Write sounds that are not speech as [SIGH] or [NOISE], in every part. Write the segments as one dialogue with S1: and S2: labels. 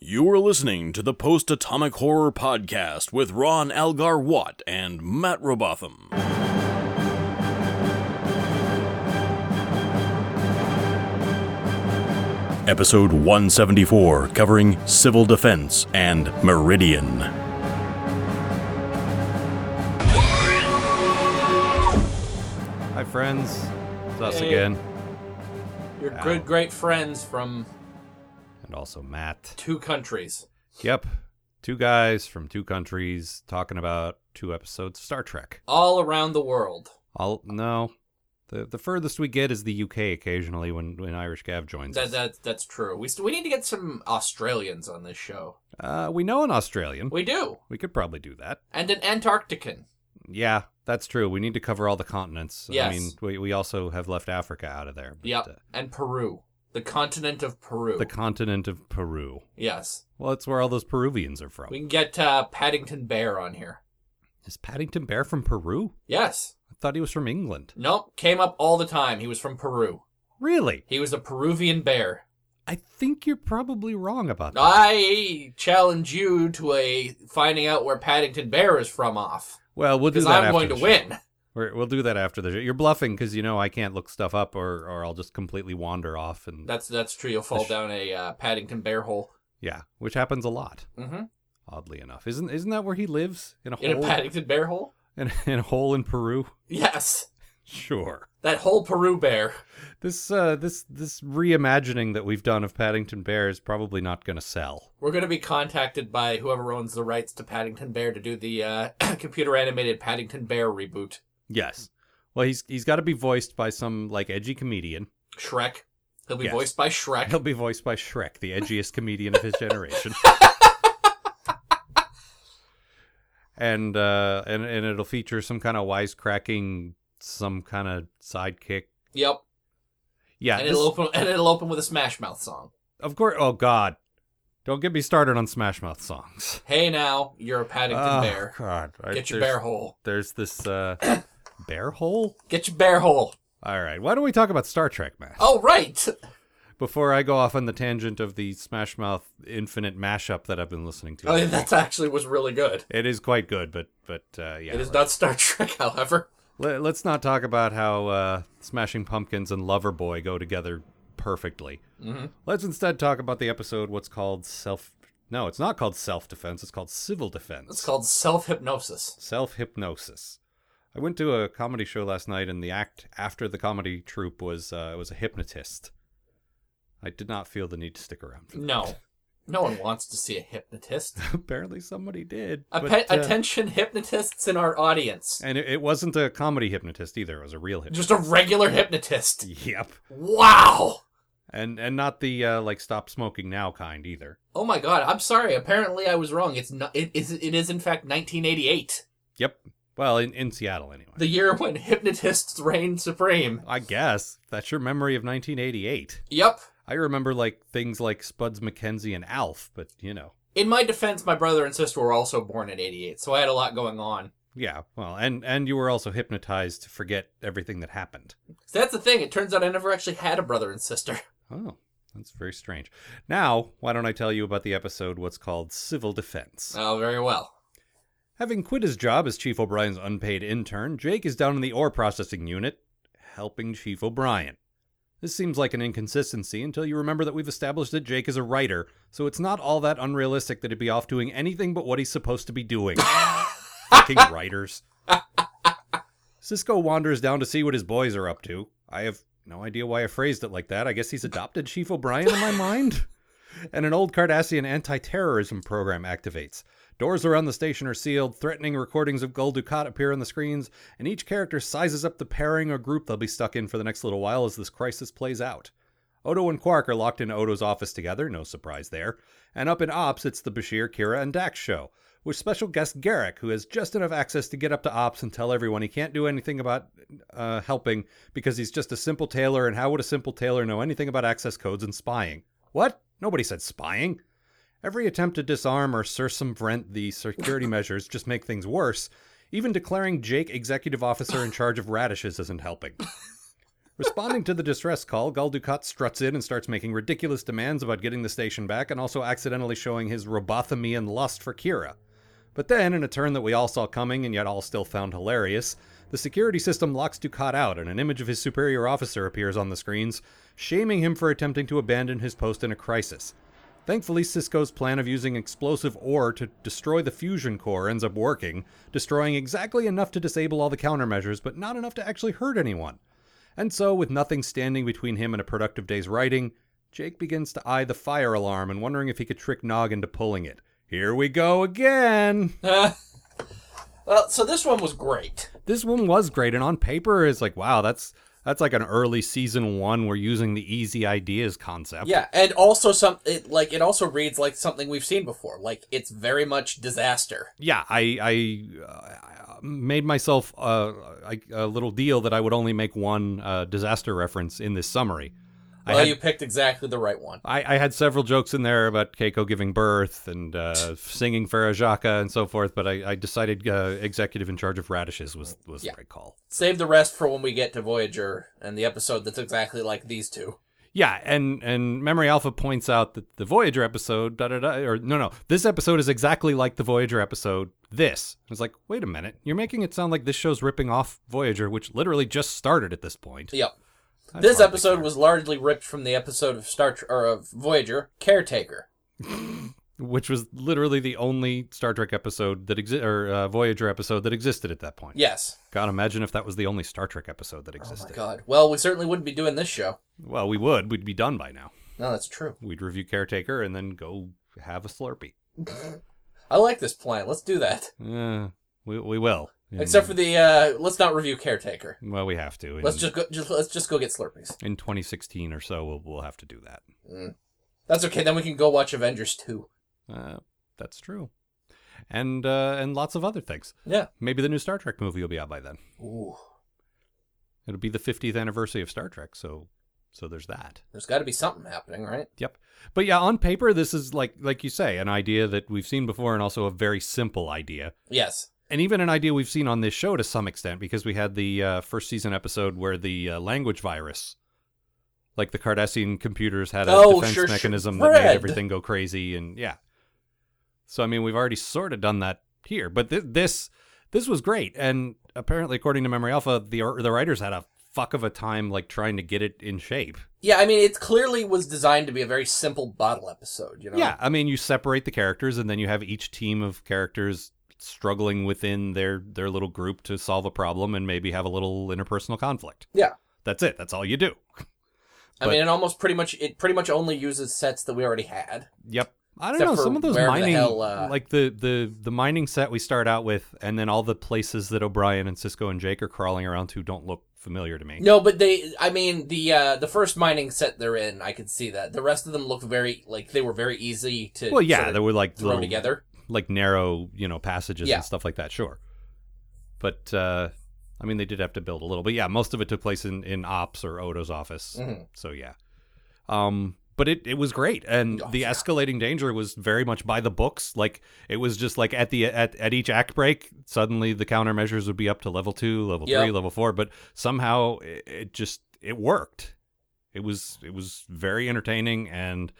S1: You are listening to the Post Atomic Horror Podcast with Ron Algar Watt and Matt Robotham. Episode 174, covering civil defense and Meridian.
S2: Hi, friends. It's us
S3: Hey.
S2: again.
S3: You're good, great friends from
S2: And also Matt.
S3: two countries.
S2: Yep. Two guys from two countries talking about two episodes of Star Trek.
S3: all around the world.
S2: I'll, no. The, the furthest we get is the UK occasionally when, when Irish Gav joins
S3: That
S2: us.
S3: that that's true. We st- we need to get some Australians on this show.
S2: Uh, we know an Australian.
S3: We do,
S2: We could probably do that.
S3: and an Antarctican.
S2: Yeah, that's true. We need to cover all the continents. I
S3: Yes.
S2: mean, we, we also have left Africa out of there. but,
S3: Yep,
S2: uh,
S3: and Peru, the continent of Peru.
S2: the continent of Peru.
S3: yes,
S2: Well, it's where all those Peruvians are from.
S3: we can get uh, Paddington Bear on here.
S2: Is Paddington Bear from Peru?
S3: Yes,
S2: I thought he was from England.
S3: nope, came up all the time. He was from Peru.
S2: Really?
S3: He was a Peruvian bear.
S2: I think you're probably wrong about that.
S3: I challenge you to a finding out where Paddington Bear is from off,
S2: well, we'll do
S3: because
S2: that after
S3: I'm going
S2: the
S3: to
S2: show.
S3: win.
S2: We're, we'll do that after the show. You're bluffing because you know I can't look stuff up, or or I'll just completely wander off, and
S3: That's that's true. You'll fall
S2: sh-
S3: down a uh, Paddington Bear hole.
S2: yeah, which happens a lot,
S3: Mm-hmm.
S2: oddly enough. Isn't isn't that where he lives in a
S3: In a
S2: hole
S3: Paddington Bear hole?
S2: in, in a hole in Peru? [LAUGHS]
S3: Yes.
S2: Sure.
S3: That whole Peru bear.
S2: This uh this this reimagining that we've done of Paddington Bear is probably not going to sell.
S3: We're going to be contacted by whoever owns the rights to Paddington Bear to do the uh, [CLEARS THROAT] computer animated Paddington Bear reboot.
S2: Yes. Well, he's he's got to be voiced by some like edgy comedian.
S3: Shrek. He'll be
S2: Yes.
S3: voiced by Shrek.
S2: He'll be voiced by Shrek, the edgiest comedian of his
S3: [LAUGHS]
S2: generation. and uh and, and it'll feature some kind of wisecracking some kind of sidekick.
S3: Yep.
S2: Yeah.
S3: and
S2: this-
S3: it'll open and it'll open with a Smash Mouth song.
S2: of course oh god. Don't get me started on Smash Mouth songs.
S3: Hey now, you're a Paddington
S2: oh,
S3: Bear.
S2: God. I-
S3: Get your
S2: there's-
S3: bear hole.
S2: There's this
S3: [COUGHS]
S2: uh bear hole?
S3: Get your bear hole.
S2: All right. Why don't we talk about Star Trek, Matt?
S3: Oh right. [LAUGHS]
S2: Before I go off on the tangent of the Smash Mouth Infinite mashup that I've been listening to.
S3: Oh, yeah, that actually was really good.
S2: It is quite good, but but uh, yeah.
S3: it is
S2: let-
S3: not Star [LAUGHS] Trek, however.
S2: let, us not talk about how uh, Smashing Pumpkins and Loverboy go together perfectly.
S3: hmm
S2: Let's instead talk about the episode what's called self. No, it's not called self defense. It's called civil
S3: It's
S2: defense.
S3: called self hypnosis.
S2: Self hypnosis. I went to a comedy show last night, and the act after the comedy troupe was uh, was a hypnotist. I did not feel the need to stick around. For that.
S3: No. No one wants to see a hypnotist.
S2: [LAUGHS] Apparently, somebody did. [LAUGHS]
S3: A
S2: but,
S3: pe-
S2: uh,
S3: attention hypnotists in our audience.
S2: and it, it wasn't a comedy hypnotist either. It was a real hypnotist.
S3: Just a regular hypnotist.
S2: [LAUGHS] Yep.
S3: Wow.
S2: and and not the uh, like stop smoking now kind either.
S3: Oh my god, I'm sorry. Apparently I was wrong. It's not it is it is in fact 1988.
S2: Yep. Well, in, in Seattle anyway.
S3: The year when hypnotists reigned supreme.
S2: I guess that's your memory of 1988.
S3: Yep.
S2: I remember like things like Spuds McKenzie and Alf, but you know,
S3: In my defense, my brother and sister were also born in 88, so I had a lot going on.
S2: yeah. Well, and and you were also hypnotized to forget everything that happened.
S3: So that's the thing. It turns out I never actually had a brother and sister. [LAUGHS]
S2: Oh, that's very strange. Now, why don't I tell you about the episode? What's called civil defense.
S3: Oh, very well.
S2: Having quit his job as Chief O'Brien's unpaid intern, Jake is down in the ore processing unit, helping Chief O'Brien. This seems like an inconsistency until you remember that we've established that Jake is a writer, so it's not all that unrealistic that he'd be off doing anything but what he's supposed to be doing. Fucking writers. Cisco wanders down to see what his boys are up to. I have no idea why I phrased it like that. I guess he's adopted Chief O'Brien in my mind. And an old Cardassian anti terrorism program activates. Doors around the station are sealed, threatening recordings of Gul Dukat appear on the screens, and each character sizes up the pairing or group they'll be stuck in for the next little while as this crisis plays out. Odo and Quark are locked in Odo's office together, no surprise there. And up in Ops, it's the Bashir, Kira, and Dax show, with special guest Garrick, who has just enough access to get up to Ops and tell everyone he can't do anything about uh, helping because he's just a simple tailor, and how would a simple tailor know anything about access codes and spying? What? Nobody said spying. Every attempt to disarm or circumvent the security measures just make things worse. Even declaring Jake executive officer in charge of radishes isn't helping. Responding to the distress call, Gul Dukat struts in and starts making ridiculous demands about getting the station back and also accidentally showing his robothamian lust for Kira. But then, in a turn that we all saw coming and yet all still found hilarious, the security system locks Dukat out and an image of his superior officer appears on the screens, shaming him for attempting to abandon his post in a crisis. Thankfully, Cisco's plan of using explosive ore to destroy the fusion core ends up working, destroying exactly enough to disable all the countermeasures, but not enough to actually hurt anyone. And so, with nothing standing between him and a productive day's writing, Jake begins to eye the fire alarm and wondering if he could trick Nog into pulling it. Here we go again!
S3: Uh, well, so this one was great.
S2: This one was great, and on paper is like, wow, that's that's like an early season one. We're using the easy ideas concept.
S3: Yeah, and also some it, like it also reads like something we've seen before. Like it's very much disaster.
S2: yeah, I I uh, made myself uh, a, a little deal that I would only make one uh, disaster reference in this summary. I
S3: Well,
S2: had,
S3: you picked exactly the right one.
S2: I, I had several jokes in there about Keiko giving birth and
S3: [LAUGHS]
S2: uh, singing Farah Jaka and so forth, but I, I decided uh, executive in charge of radishes was was
S3: Yeah.
S2: the right call.
S3: Save the rest for when we get to Voyager and the episode that's exactly like these two.
S2: Yeah, and and Memory Alpha points out that the Voyager episode, da da da, or no no, this episode is exactly like the Voyager episode. This it's like, wait a minute, you're making it sound like this show's ripping off Voyager, which literally just started at this point.
S3: Yep.
S2: That's
S3: this
S2: hardly
S3: episode
S2: fair.
S3: was largely ripped from the episode of Star Trek or of Voyager, Caretaker.
S2: which was literally the only Star Trek episode that exi- or uh, Voyager episode that existed at that point.
S3: Yes.
S2: God, imagine if that was the only Star Trek episode that
S3: Oh my
S2: existed.
S3: god. Well, we certainly wouldn't be doing this show.
S2: well, we would, we'd be done by now.
S3: No, that's true.
S2: We'd review Caretaker and then go have a Slurpee.
S3: I like this plan. Let's do that.
S2: Uh, we we will.
S3: Except for the uh let's not review Caretaker.
S2: well, we have to.
S3: Let's
S2: in-
S3: just go just, let's just go get Slurpees.
S2: in 2016 or so we'll, we'll have to do that
S3: That's okay. Then we can go watch Avengers 2.
S2: uh, that's true and uh, and lots of other things
S3: Yeah.
S2: maybe the new star trek movie will be out by then
S3: Ooh.
S2: it'll be the 50th anniversary of star trek so so there's that
S3: There's got to be something happening, right?
S2: yep but yeah on paper this is like like you say an idea that we've seen before and also a very simple idea
S3: Yes.
S2: and even an idea we've seen on this show to some extent because we had the uh, first season episode where the uh, language virus like the Cardassian computers had a
S3: Oh,
S2: defense
S3: sure, sure.
S2: mechanism that made
S3: Fred.
S2: everything go crazy and yeah so i mean we've already sort of done that here but th- this this was great and apparently according to memory alpha the or- the writers had a fuck of a time like trying to get it in shape
S3: Yeah, I mean, it clearly was designed to be a very simple bottle episode, you know?
S2: Yeah, I mean, you separate the characters, and then you have each team of characters struggling within their their little group to solve a problem and maybe have a little interpersonal conflict.
S3: Yeah.
S2: That's it. That's all you do.
S3: I
S2: but-
S3: mean, it almost pretty much, it pretty much only uses sets that we already had.
S2: Yep. I don't
S3: Except
S2: know.
S3: for
S2: Some of those
S3: wherever the
S2: mining,
S3: hell, uh,
S2: like the, the the mining set we start out with, and then all the places that O'Brien and Cisco and Jake are crawling around to don't look familiar to me.
S3: No, but they, I mean, the, uh, the first mining set they're in, I could see that. The rest of them look very, like, they were very easy to
S2: well, yeah,
S3: sort of
S2: there were like
S3: throw
S2: little,
S3: together.
S2: like narrow, you know, passages
S3: Yeah.
S2: and stuff like that. Sure, but uh, I mean, they did have to build a little. But yeah, most of it took place in in Ops or Odo's office.
S3: Mhm.
S2: So yeah, um, but it it was great, and
S3: Oh,
S2: the
S3: yeah.
S2: escalating danger was very much by the books. Like it was just like at the at at each act break, suddenly the countermeasures would be up to level two, level
S3: Yep.
S2: three, level four. But somehow it, it just it worked. It was it was very entertaining and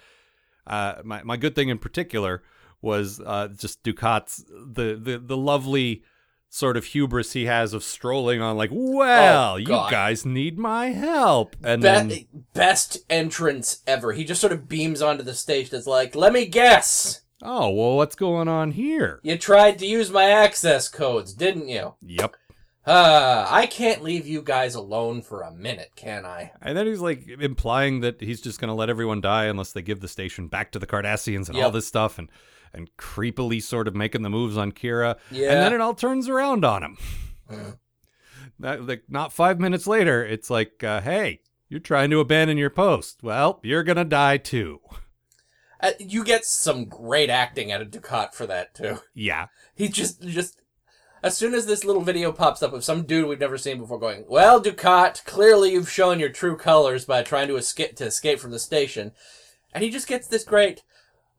S2: uh, my my good thing in particular was uh, just Ducat's the, the the lovely sort of hubris he has of strolling on like, well, you
S3: Oh, God.
S2: guys need my help, and then
S3: Be- best entrance ever. He just sort of beams onto the stage that's like, let me guess.
S2: oh well, what's going on here?
S3: You tried to use my access codes, didn't you?
S2: Yep.
S3: Uh, I can't leave you guys alone for a minute, can I?
S2: And then he's like implying that he's just going to let everyone die unless they give the station back to the Cardassians and all
S3: Yep.
S2: this stuff, and and creepily sort of making the moves on Kira.
S3: Yeah.
S2: And then it all turns around on [SIGHS] him. Not, like not five minutes later, it's like, uh, hey, you're trying to abandon your post. Well, you're gonna die too. [LAUGHS]
S3: Uh, you get some great acting out of Ducat for that too. [LAUGHS]
S2: Yeah,
S3: He just just as soon as this little video pops up of some dude we've never seen before going, "Well, Ducat, clearly you've shown your true colors by trying to escape to escape from the station," and he just gets this great,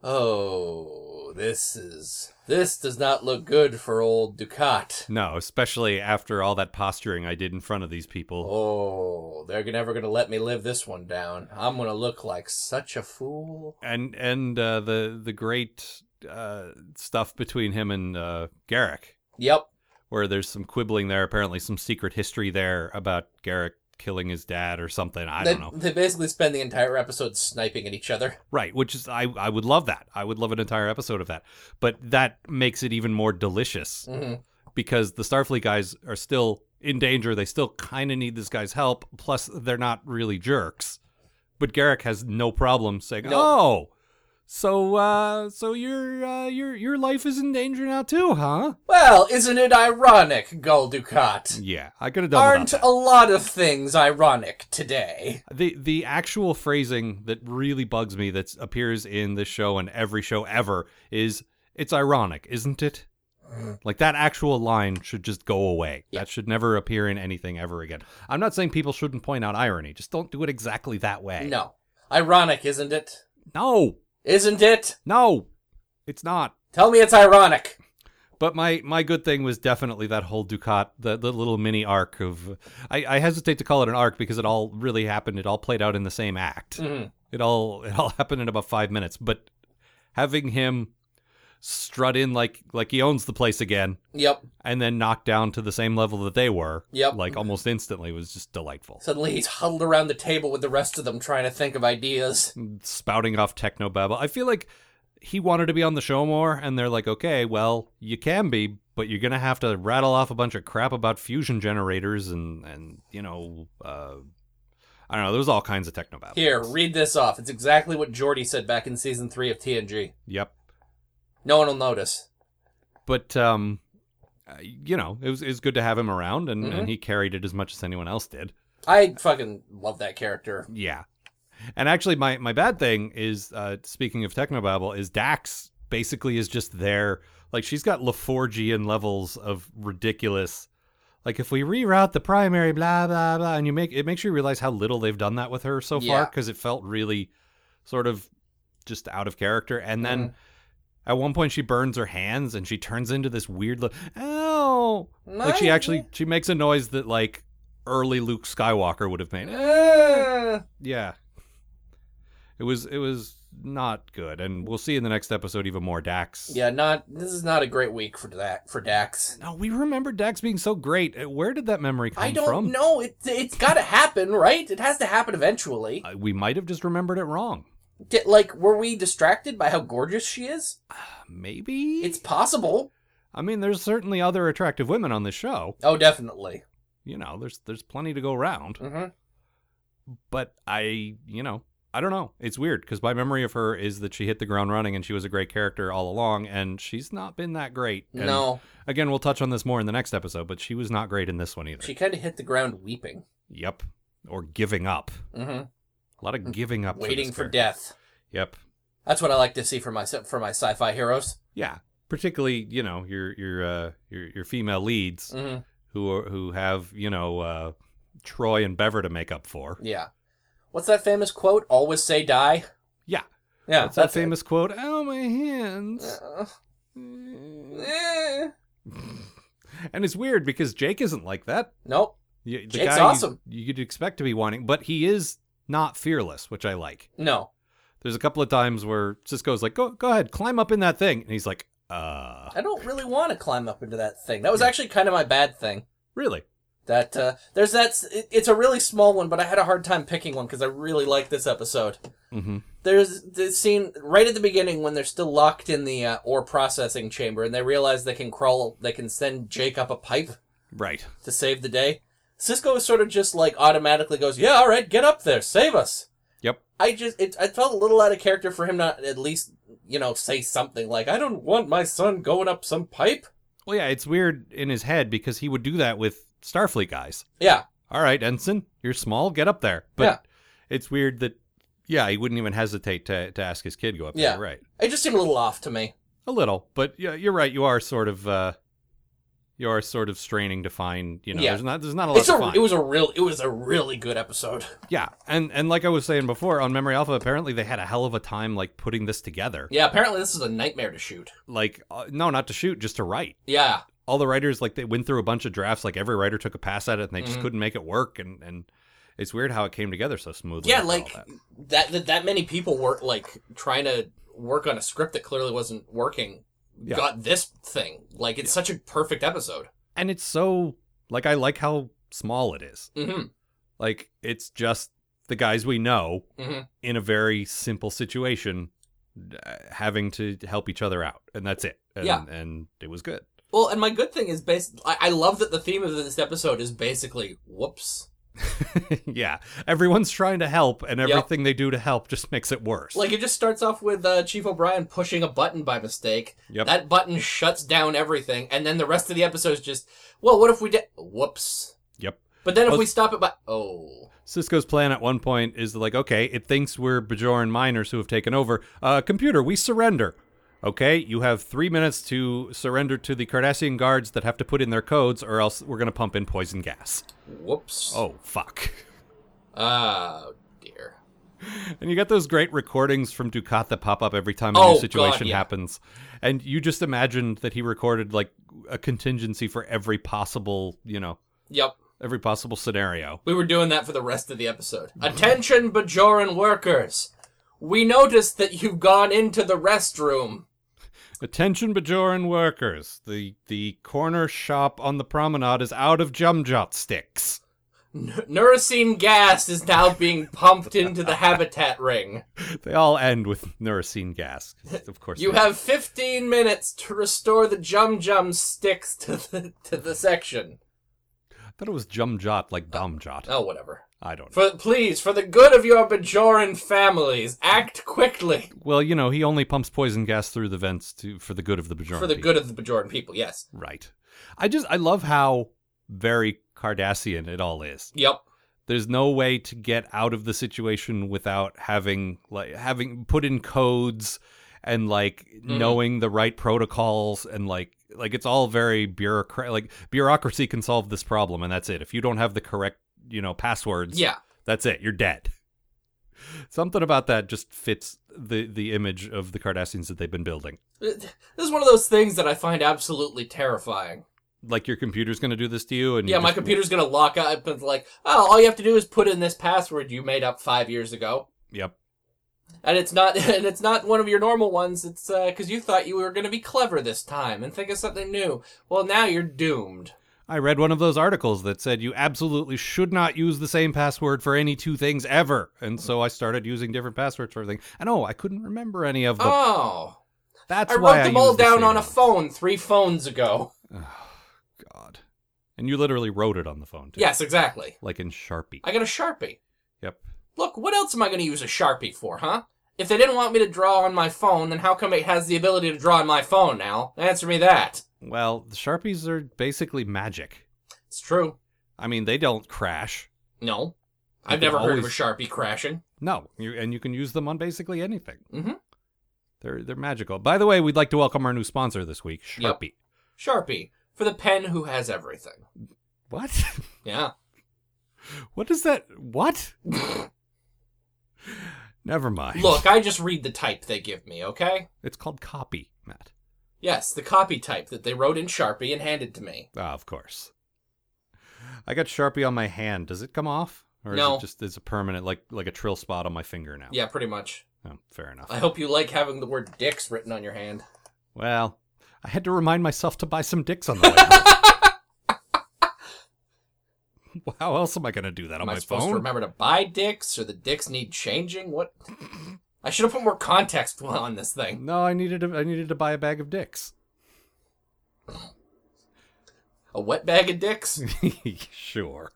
S3: "Oh, oh, this is this does not look good for old Ducat.
S2: No, especially after all that posturing I did in front of these people.
S3: Oh, they're never gonna let me live this one down. I'm gonna look like such a fool.
S2: And and uh, the the great uh, stuff between him and uh, Garrick,
S3: Yep.
S2: where there's some quibbling there. Apparently, some secret history there about Garrick killing his dad or something. I
S3: they,
S2: don't know.
S3: They basically spend the entire episode sniping at each other.
S2: Right, which is I I would love that. I would love an entire episode of that. But that makes it even more delicious
S3: hmm
S2: because the Starfleet guys are still in danger. They still kind of need this guy's help. Plus, they're not really jerks. But Garrick has no problem saying,
S3: No.
S2: "Oh, so uh, so your uh, your your life is in danger now too, huh?"
S3: Well, isn't it ironic, Gul Dukat?
S2: Yeah, I could have done without
S3: Aren't
S2: that.
S3: a lot of things ironic today?
S2: the the actual phrasing that really bugs me that appears in this show and every show ever is it's ironic, isn't it? Like that actual line should just go away.
S3: Yeah.
S2: That should never appear in anything ever again. I'm not saying people shouldn't point out irony. Just don't do it exactly that way.
S3: No. Ironic, isn't it?
S2: No.
S3: Isn't it?
S2: No. It's not.
S3: Tell me it's ironic.
S2: But my my good thing was definitely that whole Ducat, the, the little mini arc of I, I hesitate to call it an arc because it all really happened. It all played out in the same act.
S3: Mhm.
S2: It all it all [LAUGHS] happened in about five minutes. But having him strut in like like he owns the place again
S3: Yep.
S2: and then knocked down to the same level that they were,
S3: Yep. Mm-hmm.
S2: like almost instantly was just delightful.
S3: Suddenly he's huddled around the table with the rest of them trying to think of ideas.
S2: Mm. Spouting off techno babble. I feel like he wanted to be on the show more, and they're like, okay, well, you can be, but you're gonna have to rattle off a bunch of crap about fusion generators and and you know, uh, I don't know. There was all kinds of techno babble.
S3: Here, read this off. It's exactly what Geordi said back in season three of TNG.
S2: Yep.
S3: No one will notice.
S2: but um uh, you know it was, it was good to have him around and,
S3: Mhm.
S2: and he carried it as much as anyone else did
S3: I fucking love that character.
S2: yeah and actually my my bad thing is uh speaking of technobabble is dax basically is just there like she's got laforgian levels of ridiculous like if we reroute the primary blah blah blah and you make it makes you realize how little they've done that with her so far
S3: Yeah.
S2: because it felt really sort of just out of character and then
S3: Mm-hmm.
S2: At one point, she burns her hands and she turns into this weird. Li- Ow! Like she
S3: My-
S2: actually she makes a noise that like early Luke Skywalker would have made.
S3: Uh,
S2: Yeah, it was it was not good, and we'll see in the next episode even more Dax.
S3: yeah, not this is not a great week for that for Dax.
S2: No, we remember Dax being so great. Uh, Where did that memory come
S3: I don't
S2: from?
S3: know. It it's got to happen, right? It has to happen eventually.
S2: Uh, We might have just remembered it wrong.
S3: Get- like, were we distracted by how gorgeous she is?
S2: Uh, Maybe.
S3: It's possible.
S2: I mean, there's certainly other attractive women on this show.
S3: Oh, definitely.
S2: You know, there's there's plenty to go around.
S3: hmm
S2: but I, you know, I don't know. It's weird because my memory of her is that she hit the ground running and she was a great character all along, and she's not been that great. And
S3: No,
S2: Again, we'll touch on this more in the next episode, but she was not great in this one either.
S3: she kind of hit the ground weeping,
S2: Yep. Or giving up.
S3: hmm
S2: A lot of giving up.
S3: waiting
S2: this
S3: for
S2: character.
S3: death.
S2: Yep.
S3: That's what I like to see for my for my sci-fi heroes.
S2: Yeah. Particularly, you know, your your uh, your your female leads
S3: hmm
S2: who are, who have you know uh, Troy and Bever to make up for.
S3: Yeah. What's that famous quote? Always say die.
S2: Yeah.
S3: Yeah,
S2: That's that
S3: it.
S2: famous quote. Oh my hands.
S3: Uh, eh.
S2: [LAUGHS] And it's weird because Jake isn't like that.
S3: Nope.
S2: You, the
S3: Jake's
S2: guy you-
S3: awesome.
S2: You, would expect to be whining, but he is not fearless, which I like.
S3: No.
S2: There's a couple of times where Cisco's like, "Go, go ahead, climb up in that thing," and he's like, "Uh,
S3: I don't really want to climb up into that thing. That was actually kind of my bad thing.
S2: really?"
S3: That uh, there's that. s- It, it's a really small one, but I had a hard time picking one because I really like this episode.
S2: Mm-hmm.
S3: There's the scene right at the beginning when they're still locked in the uh, ore processing chamber, and they realize they can crawl. They can send Jake up a pipe
S2: Right.
S3: to save the day. Cisco is sort of just like automatically goes, "Yeah, all right, get up there, save us."
S2: Yep.
S3: I just it, I felt a little out of character for him not at least you know say something like I don't want my son going up some pipe.
S2: Well, yeah, it's weird in his head because he would do that with Starfleet guys.
S3: Yeah,
S2: All right, ensign, you're small, get up there. But
S3: Yeah.
S2: it's weird that, yeah, he wouldn't even hesitate to to ask his kid go up
S3: Yeah.
S2: there. Right.
S3: it just seemed a little off to me.
S2: A little, but yeah, you're right. You are sort of, uh, you are sort of straining to find, you know,
S3: Yeah.
S2: there's not there's not a lot
S3: It's
S2: to
S3: a
S2: find.
S3: it was a real it was a really good episode.
S2: yeah, and and like I was saying before, on Memory Alpha, apparently they had a hell of a time like putting this together.
S3: Yeah, apparently this is a nightmare to shoot.
S2: Like, uh, no, not to shoot, just to write.
S3: Yeah,
S2: All the writers like they went through a bunch of drafts. Like every writer took a pass at it, and they just
S3: Mhm.
S2: couldn't make it work. And and it's weird how it came together so smoothly.
S3: yeah,
S2: after all
S3: like
S2: that.
S3: that. that that many people were like trying to work on a script that clearly wasn't working.
S2: Yeah.
S3: Got this thing. Like it's such a perfect episode.
S2: and it's so like I like how small it is.
S3: hmm
S2: Like it's just the guys we know
S3: Mhm.
S2: in a very simple situation uh, having to help each other out and that's it. And,
S3: Yeah.
S2: and it was good. [LAUGHS]
S3: Well, and my good thing is based. I, I love that the theme of this episode is basically whoops.
S2: yeah. Everyone's trying to help and
S3: Yep.
S2: everything they do to help just makes it worse.
S3: Like it just starts off with uh, Chief O'Brien pushing a button by mistake.
S2: Yep.
S3: That button shuts down everything, and then the rest of the episode is just well, what if we did whoops?
S2: Yep.
S3: But then if
S2: Oh,
S3: we stop it by oh
S2: Cisco's plan at one point is like, okay, it thinks we're Bajoran miners who have taken over. Uh, computer, we surrender. Okay, you have three minutes to surrender to the Cardassian guards that have to put in their codes, or else we're going to pump in poison gas.
S3: whoops
S2: Oh, fuck. [LAUGHS]
S3: oh dear
S2: And you got those great recordings from Ducat that pop up every time a
S3: Oh,
S2: new
S3: God,
S2: situation
S3: yeah.
S2: happens. And you just imagined that he recorded like a contingency for every possible, you know,
S3: yep
S2: every possible scenario.
S3: we were doing that for the rest of the episode.
S2: Mm-hmm.
S3: Attention, Bajoran workers. We noticed that you've gone into the restroom.
S2: Attention Bajoran workers. The the corner shop on the promenade is out of jumjot sticks.
S3: N- Neurocene gas is now being pumped
S2: [LAUGHS]
S3: into the habitat ring.
S2: They all end with neurocene gas. Of course.
S3: You
S2: they-
S3: have 15 minutes to restore the Jum Jum sticks to the to the section.
S2: I thought it was jumjot like domjot.
S3: Oh, whatever.
S2: I don't know.
S3: For please, for the good of your Bajoran families, act quickly
S2: Well, you know, he only pumps poison gas through the vents to for the good of the Bajoran.
S3: for the
S2: people.
S3: good of the Bajoran people. Yes.
S2: Right. I just I love how very Cardassian it all is.
S3: Yep.
S2: There's no way to get out of the situation without having like having put in codes and like
S3: Mm-hmm.
S2: knowing the right protocols and like like it's all very bureaucratic like bureaucracy can solve this problem and that's it. If you don't have the correct, you know, passwords,
S3: Yeah.
S2: that's it. You're dead. Something about that just fits the the image of the Cardassians that they've been building.
S3: This is one of those things that I find absolutely terrifying.
S2: Like your computer's going to do this to you and you
S3: Yeah, my
S2: just-
S3: computer's gonna lock up and like, oh, all you have to do is put in this password you made up five years ago,
S2: Yep.
S3: and it's not, [LAUGHS] and it's not one of your normal ones. It's because you thought you were gonna be clever this time and think of something new. Well, now you're doomed.
S2: I read one of those articles that said you absolutely should not use the same password for any two things ever. And so I started using different passwords for everything. And oh, I couldn't remember any of them.
S3: Oh,
S2: That's
S3: I
S2: why
S3: wrote them
S2: I
S3: all
S2: used the
S3: down
S2: same
S3: on a
S2: one.
S3: phone three
S2: [LAUGHS]
S3: phones ago.
S2: God. And you literally wrote it on the phone, too.
S3: Yes, exactly.
S2: Like in Sharpie.
S3: I got a sharpie.
S2: Yep.
S3: Look, what else am I gonna use a sharpie for, huh? If they didn't want me to draw on my phone, then how come it has the ability to draw on my phone now? Answer me that.
S2: Well, the Sharpies are basically magic.
S3: It's true.
S2: I mean, they don't crash.
S3: No. I've
S2: can
S3: never heard of a
S2: always-
S3: Sharpie crashing.
S2: No, you, and you can use them on basically anything.
S3: Mhm.
S2: They're they're magical. By the way, we'd like to welcome our new sponsor this week,
S3: Yep.
S2: Sharpie.
S3: Sharpie, for the pen who has everything.
S2: What? [LAUGHS]
S3: Yeah.
S2: What is that? What? Never mind.
S3: Look, I just read the type they give me, okay?
S2: it's called copy, Matt.
S3: Yes, the copy type that they wrote in Sharpie and handed to me.
S2: Ah, of course. I got Sharpie on my hand. Does it come off, or is
S3: No.
S2: it just is a permanent, like like a trill spot on my finger now?
S3: Yeah, pretty much.
S2: Oh, fair enough.
S3: I hope you like having the word dicks written on your hand.
S2: Well, I had to remind myself to buy some dicks on the way. home.
S3: [LAUGHS]
S2: Well, How else am I going to do that on
S3: Am I
S2: my
S3: supposed to
S2: phone?
S3: remember to buy dicks or the dicks need changing?
S2: [LAUGHS]
S3: What? I should have put more context [LAUGHS] on this thing.
S2: No, I needed to, I needed to buy a bag of dicks.
S3: A wet bag
S2: [LAUGHS]
S3: of dicks?
S2: sure.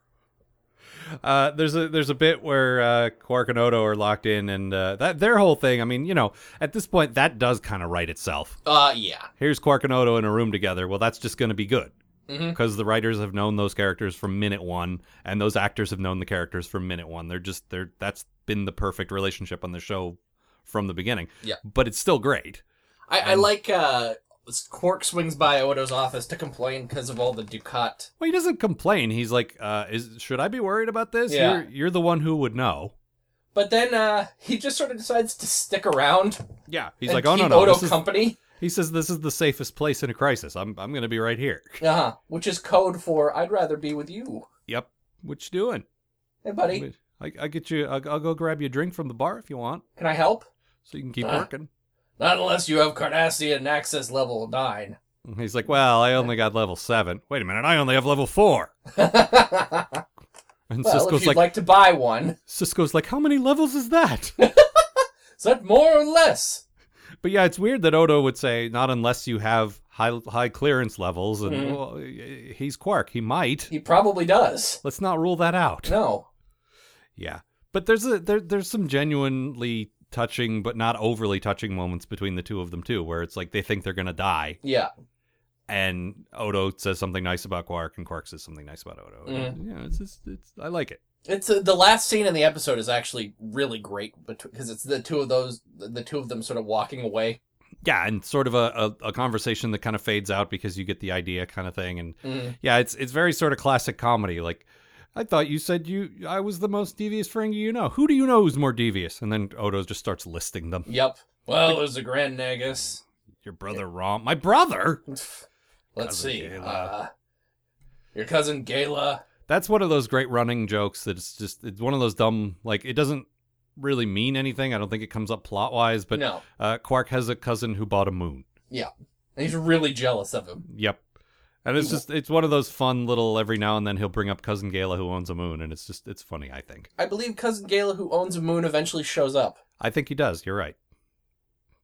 S2: Uh, there's a there's a bit where uh, Quark and Odo are locked in, and uh, that their whole thing. I mean, you know, at this point, that does kind of write itself.
S3: Uh, yeah.
S2: Here's Quark and Odo in a room together. Well, that's just going to be good
S3: Mhm.
S2: because the writers have known those characters from minute one, and those actors have known the characters from minute one. They're just they're that's been the perfect relationship on the show from the beginning.
S3: Yeah.
S2: but it's still great.
S3: I, I like uh, Quark swings by Odo's office to complain because of all the Ducat.
S2: Well, he doesn't complain. He's like, uh, is should I be worried about this?
S3: Yeah.
S2: You're, you're the one who would know.
S3: But then uh, he just sort of decides to stick around.
S2: Yeah. He's
S3: and
S2: like, oh
S3: keep
S2: no no.
S3: Odo
S2: this is-
S3: company,
S2: he says this is the safest place in a crisis. I'm I'm gonna be right here.
S3: uh-huh, which is code for "I'd rather be with you."
S2: Yep. What you doing?
S3: Hey, buddy,
S2: Wait, I I get you. I'll, I'll go grab you a drink from the bar if you want,
S3: can I help?
S2: so you can keep
S3: Uh.
S2: working.
S3: Not unless you have Cardassian access level nine.
S2: And He's like, well, I only got level seven. Wait a minute, I only have level
S3: [LAUGHS]
S2: four.
S3: well,
S2: And
S3: if
S2: Cisco's
S3: you'd
S2: like,
S3: like... to buy one,
S2: Cisco's like, how many levels is that?
S3: [LAUGHS] is that more or less?
S2: But yeah, it's weird that Odo would say not unless you have high high clearance levels, and
S3: Mhm.
S2: well, eh, he's Quark. He might.
S3: He probably does.
S2: Let's not rule that
S3: [LAUGHS]
S2: out.
S3: No.
S2: Yeah, but there's a there, there's some genuinely touching, but not overly touching moments between the two of them too, where it's like they think they're gonna die,
S3: Yeah.
S2: and Odo says something nice about Quark, and Quark says something nice about Odo. And, yeah, it's just it's I like it.
S3: It's uh, the last scene in the episode is actually really great because it's the two of those, the two of them sort of walking away.
S2: Yeah, and sort of a, a, a conversation that kind of fades out because you get the idea kind of thing, and
S3: Mm.
S2: Yeah, it's it's very sort of classic comedy. Like, I thought you said you I was the most devious Ferengi you know. Who do you know who's more devious? And then Odo just starts listing them.
S3: Yep. Well, there's a Grand Nagus.
S2: Your brother Rom, my brother.
S3: Let's
S2: Cousin
S3: see.
S2: Gayla.
S3: Uh, your cousin Gayla.
S2: That's one of those great running jokes. That it's just it's one of those dumb like it doesn't really mean anything. I don't think it comes up plot wise, but
S3: no,
S2: uh, Quark has a cousin who bought a moon.
S3: And he's really jealous of him.
S2: Yep. And it's just it's one of those fun little every now and then he'll bring up cousin Gala who owns a moon and it's just it's funny, I think.
S3: I believe cousin Gayla, who owns a moon, eventually shows up.
S2: I think he does, you're right.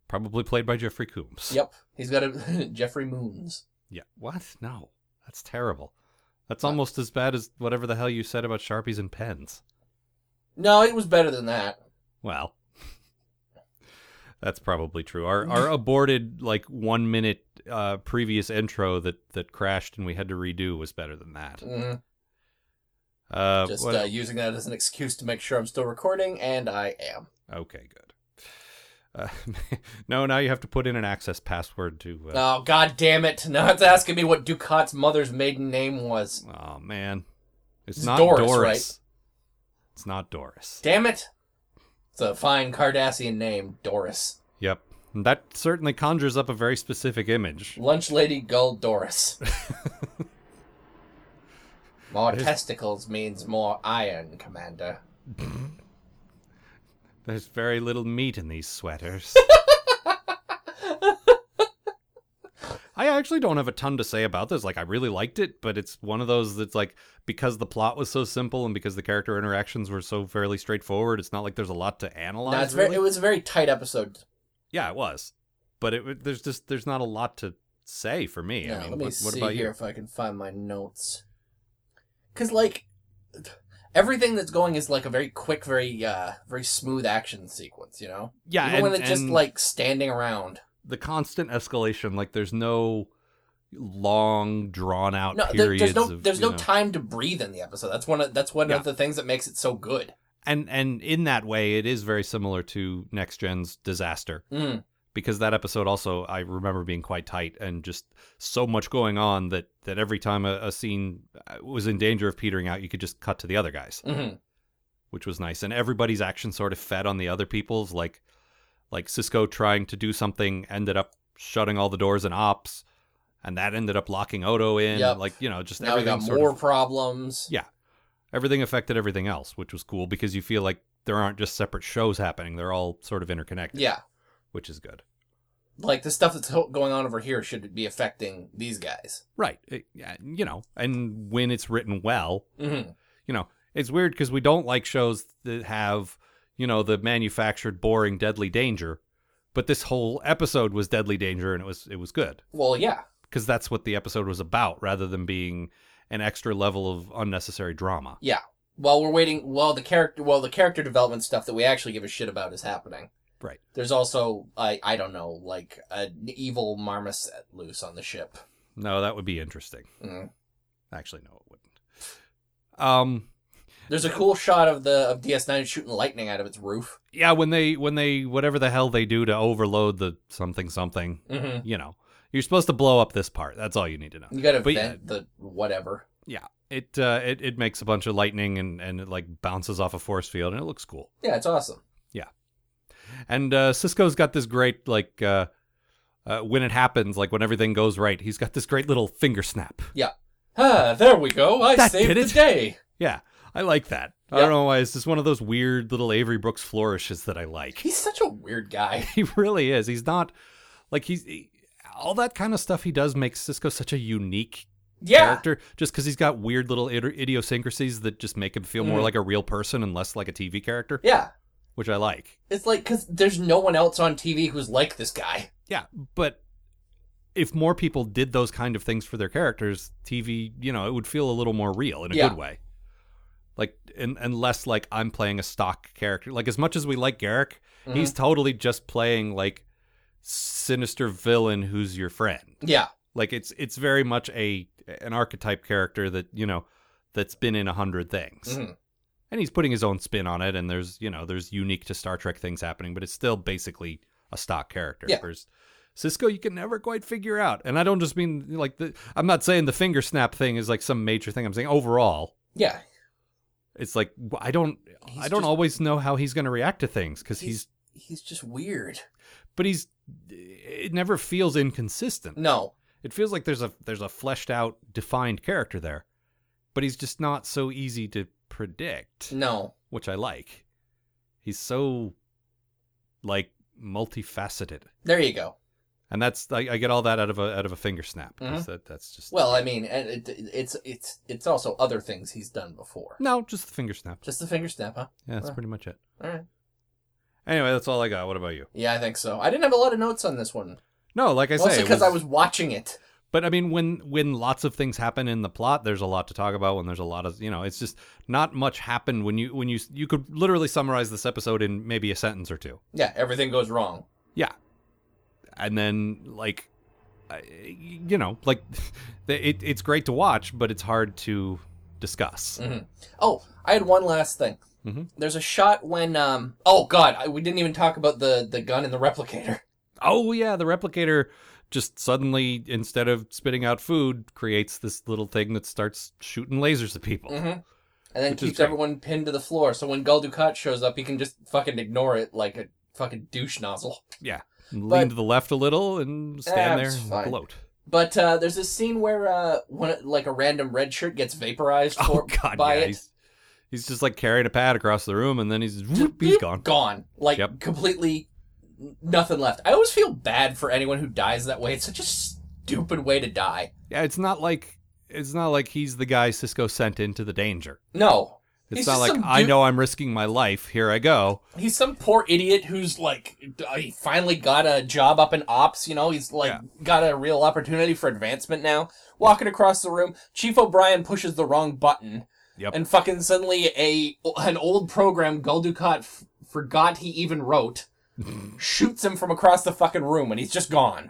S2: Probably played by Jeffrey Coombs.
S3: Yep, he's got a [LAUGHS] Jeffrey Moons.
S2: Yeah. What? No. That's terrible. That's almost as bad as whatever the hell you said about Sharpies and pens.
S3: No, it was better than that.
S2: Well, [LAUGHS] that's probably true. Our
S3: Mm.
S2: our aborted like 1 minute uh previous intro that that crashed and we had to redo was better than that.
S3: Mm,
S2: Uh
S3: just
S2: what-
S3: uh, using that as an excuse to make sure I'm still recording, and I am.
S2: okay, good. Uh, [LAUGHS] no, now you have to put in an access password to uh,
S3: Oh God damn it! Now it's asking me what Ducat's mother's maiden name was.
S2: Oh man. It's,
S3: Uh, It's
S2: not
S3: Doris,
S2: Doris.
S3: right?
S2: It's not Doris.
S3: Damn it! It's a fine Cardassian name, Doris.
S2: Yep. And that certainly conjures up a very specific image.
S3: Lunch lady
S2: [LAUGHS]
S3: gull Doris. more
S2: There's-
S3: testicles means more iron, Commander.
S2: There's very little meat in these
S3: [LAUGHS]
S2: sweaters. I actually don't have a ton to say about this. Like, I really liked it, but it's one of those that's like, because the plot was so simple and because the character interactions were so fairly straightforward, it's not like there's a lot to analyze.
S3: No, it's
S2: really.
S3: very, it was a very tight episode.
S2: yeah, it was. But it, w- there's just, there's not a lot to say for me.
S3: Yeah,
S2: I mean,
S3: let me
S2: what,
S3: see
S2: what about
S3: here
S2: you?
S3: if I can find my notes. Cause like everything that's going is like a very quick, very uh very smooth action sequence, you know?
S2: Yeah,
S3: Even
S2: and,
S3: when it's just
S2: and-
S3: like standing around.
S2: the constant escalation like there's no long drawn out
S3: No, there,
S2: Oh, periods
S3: there's no
S2: of,
S3: there's
S2: you
S3: no
S2: know.
S3: time to breathe in the episode. That's one of that's one
S2: Yeah.
S3: of the things that makes it so good.
S2: and and in that way it is very similar to next gen's disaster
S3: Mm.
S2: because that episode also i remember being quite tight and just so much going on that that every time a, a scene uh, was in danger of petering out you could just cut to the other guys
S3: hmm
S2: which was nice and everybody's action sort of fed on the other people's like like cisco trying to do something ended up shutting all the doors in ops and that ended up locking odo in
S3: Yep.
S2: like you know just
S3: Now we
S2: everything
S3: got
S2: sort
S3: more
S2: of
S3: problems.
S2: Yeah. everything affected everything else which was cool because you feel like there aren't just separate shows happening they're all sort of interconnected
S3: Yeah.
S2: which is good
S3: Like the stuff that's ho- going on over here should be affecting these guys.
S2: right It- yeah, you know and when it's written well
S3: Mm-hmm.
S2: you know it's weird because we don't like shows that have you know the manufactured boring deadly danger but this whole episode was deadly danger and it was it was good
S3: Well, yeah.
S2: because that's what the episode was about rather than being an extra level of unnecessary drama
S3: While we're waiting, while the character, while the character development stuff that we actually give a shit about is happening.
S2: Right.
S3: There's also, I, I don't know, like an evil marmoset loose on the ship.
S2: no that would be interesting
S3: Mm.
S2: actually no it wouldn't um
S3: There's a cool shot of the of DS9 shooting lightning out of its roof.
S2: yeah when they when they whatever the hell they do to overload the something something
S3: Mm-hmm.
S2: you know You're supposed to blow up this part. That's all you need to know.
S3: You gotta
S2: But
S3: vent the whatever.
S2: It uh, it it makes a bunch of lightning and and it like bounces off a force field and it looks cool.
S3: Yeah, it's awesome.
S2: And uh, Cisco's got this great like uh, uh, when it happens, like when everything goes right, he's got this great little finger snap.
S3: Ah, there we go. I
S2: That
S3: saved
S2: did
S3: the
S2: it.
S3: day.
S2: Yeah, I like that. I
S3: Yeah.
S2: don't know why. It's just one of those weird little Avery Brooks flourishes that I like. [LAUGHS]
S3: He's such a weird guy. [LAUGHS]
S2: he really is. He's not like he's he- all that kind of stuff he does makes Cisco such a unique
S3: Yeah.
S2: character just because he's got weird little id- idiosyncrasies that just make him feel more
S3: Mhm.
S2: like a real person and less like a TV character,
S3: Yeah.
S2: which I like.
S3: It's like, because there's no one else on TV who's like this guy.
S2: Yeah, but if more people did those kind of things for their characters, TV, you know, it would feel a little more real in a
S3: Yeah.
S2: good way. Like, and, and less like I'm playing a stock character. Like, as much as we like Garrick,
S3: Mhm.
S2: he's totally just playing like sinister villain who's your friend.
S3: Yeah.
S2: Like, it's it's very much a an archetype character that you know that's been in a hundred things,
S3: Mhm.
S2: and he's putting his own spin on it. And there's you know there's unique to Star Trek things happening, but it's still basically a stock character.
S3: Yeah.
S2: Whereas Cisco, you can never quite figure out. And I don't just mean like the. I'm not saying the finger snap thing is like some major thing. I'm saying overall,
S3: Yeah.
S2: it's like I don't.
S3: He's
S2: I don't
S3: just-
S2: always know how he's going to react to things because he's,
S3: He's just weird.
S2: But he's. It never feels inconsistent.
S3: No.
S2: It feels like there's a there's a fleshed out defined character there, but he's just not so easy to predict,
S3: No.
S2: which I like. He's so like multifaceted.
S3: There you go.
S2: And that's I, I get all that out of a out of a finger snap. 'cause
S3: Mhm.
S2: That, that's just
S3: Well, I mean, and it, it's it's it's also other things he's done before.
S2: no, just the finger snap.
S3: Just the finger snap, huh?
S2: Yeah, that's
S3: Uh.
S2: pretty much it.
S3: All right.
S2: Anyway, that's all I got. What about you?
S3: Yeah, I think so. I didn't have a lot of notes on this one,
S2: No, like I say,
S3: mostly
S2: it
S3: because I was watching it.
S2: But I mean, when when lots of things happen in the plot, there's a lot to talk about. When there's a lot of you know, it's just not much happened. When you when you you could literally summarize this episode in maybe a sentence or two,
S3: Yeah, everything goes wrong.
S2: and then like, I- you know, like [LAUGHS] it, it's great to watch, but it's hard to discuss.
S3: Mhm. Oh, I had one last thing.
S2: Mhm.
S3: There's a shot when um. Oh God, I, we didn't even talk about the the gun and the replicator.
S2: Oh yeah, the replicator just suddenly instead of spitting out food creates this little thing that starts shooting lasers at people.
S3: [LAUGHS] Mm-hmm. And then
S2: Oh. Which is
S3: keeps
S2: great.
S3: everyone pinned to the floor, so when Gul Dukat shows up, he can just fucking ignore it like a fucking douche nozzle.
S2: Lean
S3: But-
S2: to the left a little and stand there
S3: it's
S2: and
S3: fine.
S2: gloat.
S3: But uh, there's this scene where uh, one like a random red shirt gets vaporized for, [LAUGHS]
S2: Oh God,
S3: by
S2: yeah.
S3: it.
S2: He's, he's just like carrying a pad across the room, and then he's whoop, he's gone.
S3: Gone. Like
S2: Yep.
S3: completely nothing left. I always feel bad for anyone who dies that way. It's such a stupid way to die.
S2: Yeah, it's not like it's not like he's the guy Cisco sent into the danger.
S3: No.
S2: It's
S3: He's
S2: not
S3: just
S2: like
S3: some
S2: I
S3: dude-
S2: know I'm risking my life. Here I go.
S3: He's some poor idiot who's like uh, he finally got a job up in ops, you know, he's like
S2: Yeah.
S3: got a real opportunity for advancement now. Walking across the room, Chief O'Brien pushes the wrong button.
S2: Yep.
S3: And fucking suddenly a an old program Gul Dukat f- forgot he
S2: [LAUGHS]
S3: even wrote shoots him from across the fucking room and he's just gone.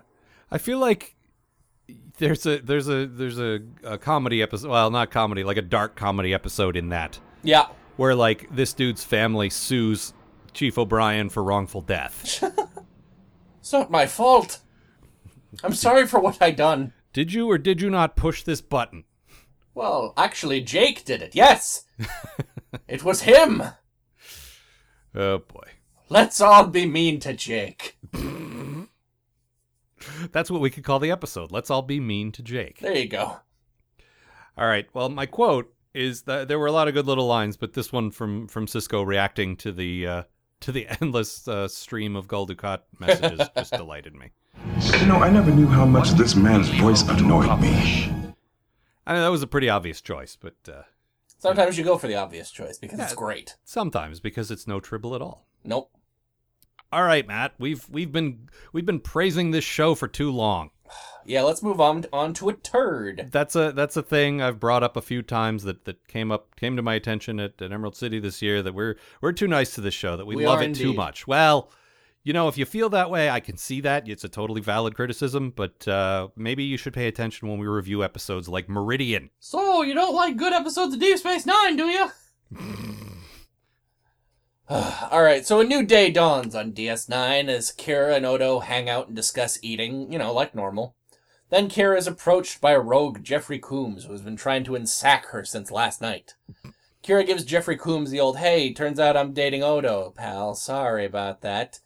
S2: I feel like there's a there's a there's a, a comedy episode. Well, not comedy, like a dark comedy episode in that
S3: Yeah.
S2: where like this dude's family sues Chief O'Brien for wrongful death.
S3: [LAUGHS] It's not my fault. I'm sorry for what I done.
S2: did you or did you not push this button?
S3: Well, actually, Jake did it. Yes, it was him.
S2: Oh boy.
S3: Let's all be mean to Jake.
S2: That's what we could call the episode. Let's all be mean to Jake.
S3: There you go.
S2: All right. Well, my quote is that there were a lot of good little lines, but this one from from Cisco reacting to the uh, to the [LAUGHS] endless uh, stream of Gul Dukat messages just delighted me.
S4: You know, I never knew how much this man's voice annoyed me.
S2: I mean, that was a pretty obvious choice, but uh,
S3: Sometimes you go for the obvious choice because it's
S2: Yeah.
S3: great.
S2: sometimes because it's no tribble at all.
S3: Nope.
S2: All right, Matt. We've we've been we've been praising this show for too long.
S3: Yeah, let's move on on to a turd.
S2: That's a that's a thing I've brought up a few times that, that came up came to my attention at, at Emerald City this year that we're we're too nice to this show that we,
S3: We
S2: love
S3: are
S2: it too
S3: indeed.
S2: much. Well, you know, if you feel that way, I can see that it's a totally valid criticism, but uh, maybe you should pay attention when we review episodes like Meridian.
S3: So you don't like good episodes of Deep Space Nine, do [SIGHS] you? all right. So a new day dawns on DS Nine as Kira and Odo hang out and discuss eating. You know, like normal. Then Kara is approached by a rogue Jeffrey Coombs, who has been trying to ensack her since last night. Kira gives Jeffrey Coombs the old, hey, turns out I'm dating Odo, pal. Sorry about that.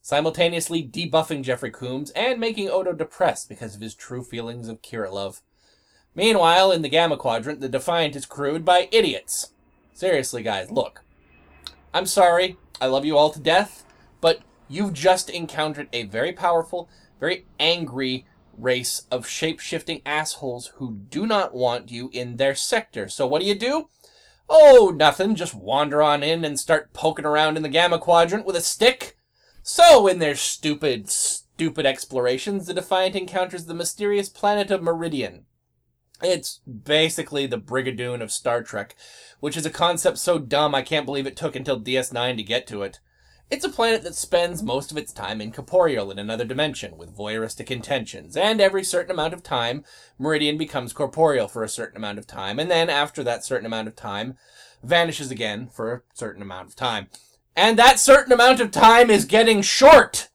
S3: Simultaneously debuffing Jeffrey Coombs and making Odo depressed because of his true feelings of Kira love. Meanwhile, in the Gamma Quadrant, the Defiant is crewed by idiots. Seriously, guys, look. I'm sorry. I love you all to death, but you've just encountered a very powerful, very angry race of shape shifting assholes who do not want you in their sector. So what do you do? Oh, nothing. Just wander on in and start poking around in the Gamma Quadrant with a stick. So, in their stupid, stupid explorations, the Defiant encounters the mysterious planet of Meridian. It's basically the Brigadoon of Star Trek, which is a concept so dumb I can't believe it took until DS9 to get to it. It's a planet that spends most of its time incorporeal in another dimension, with voyeuristic intentions, and every certain amount of time, Meridian becomes corporeal for a certain amount of time, and then after that certain amount of time, vanishes again for a certain amount of time. And that certain amount of time is getting short!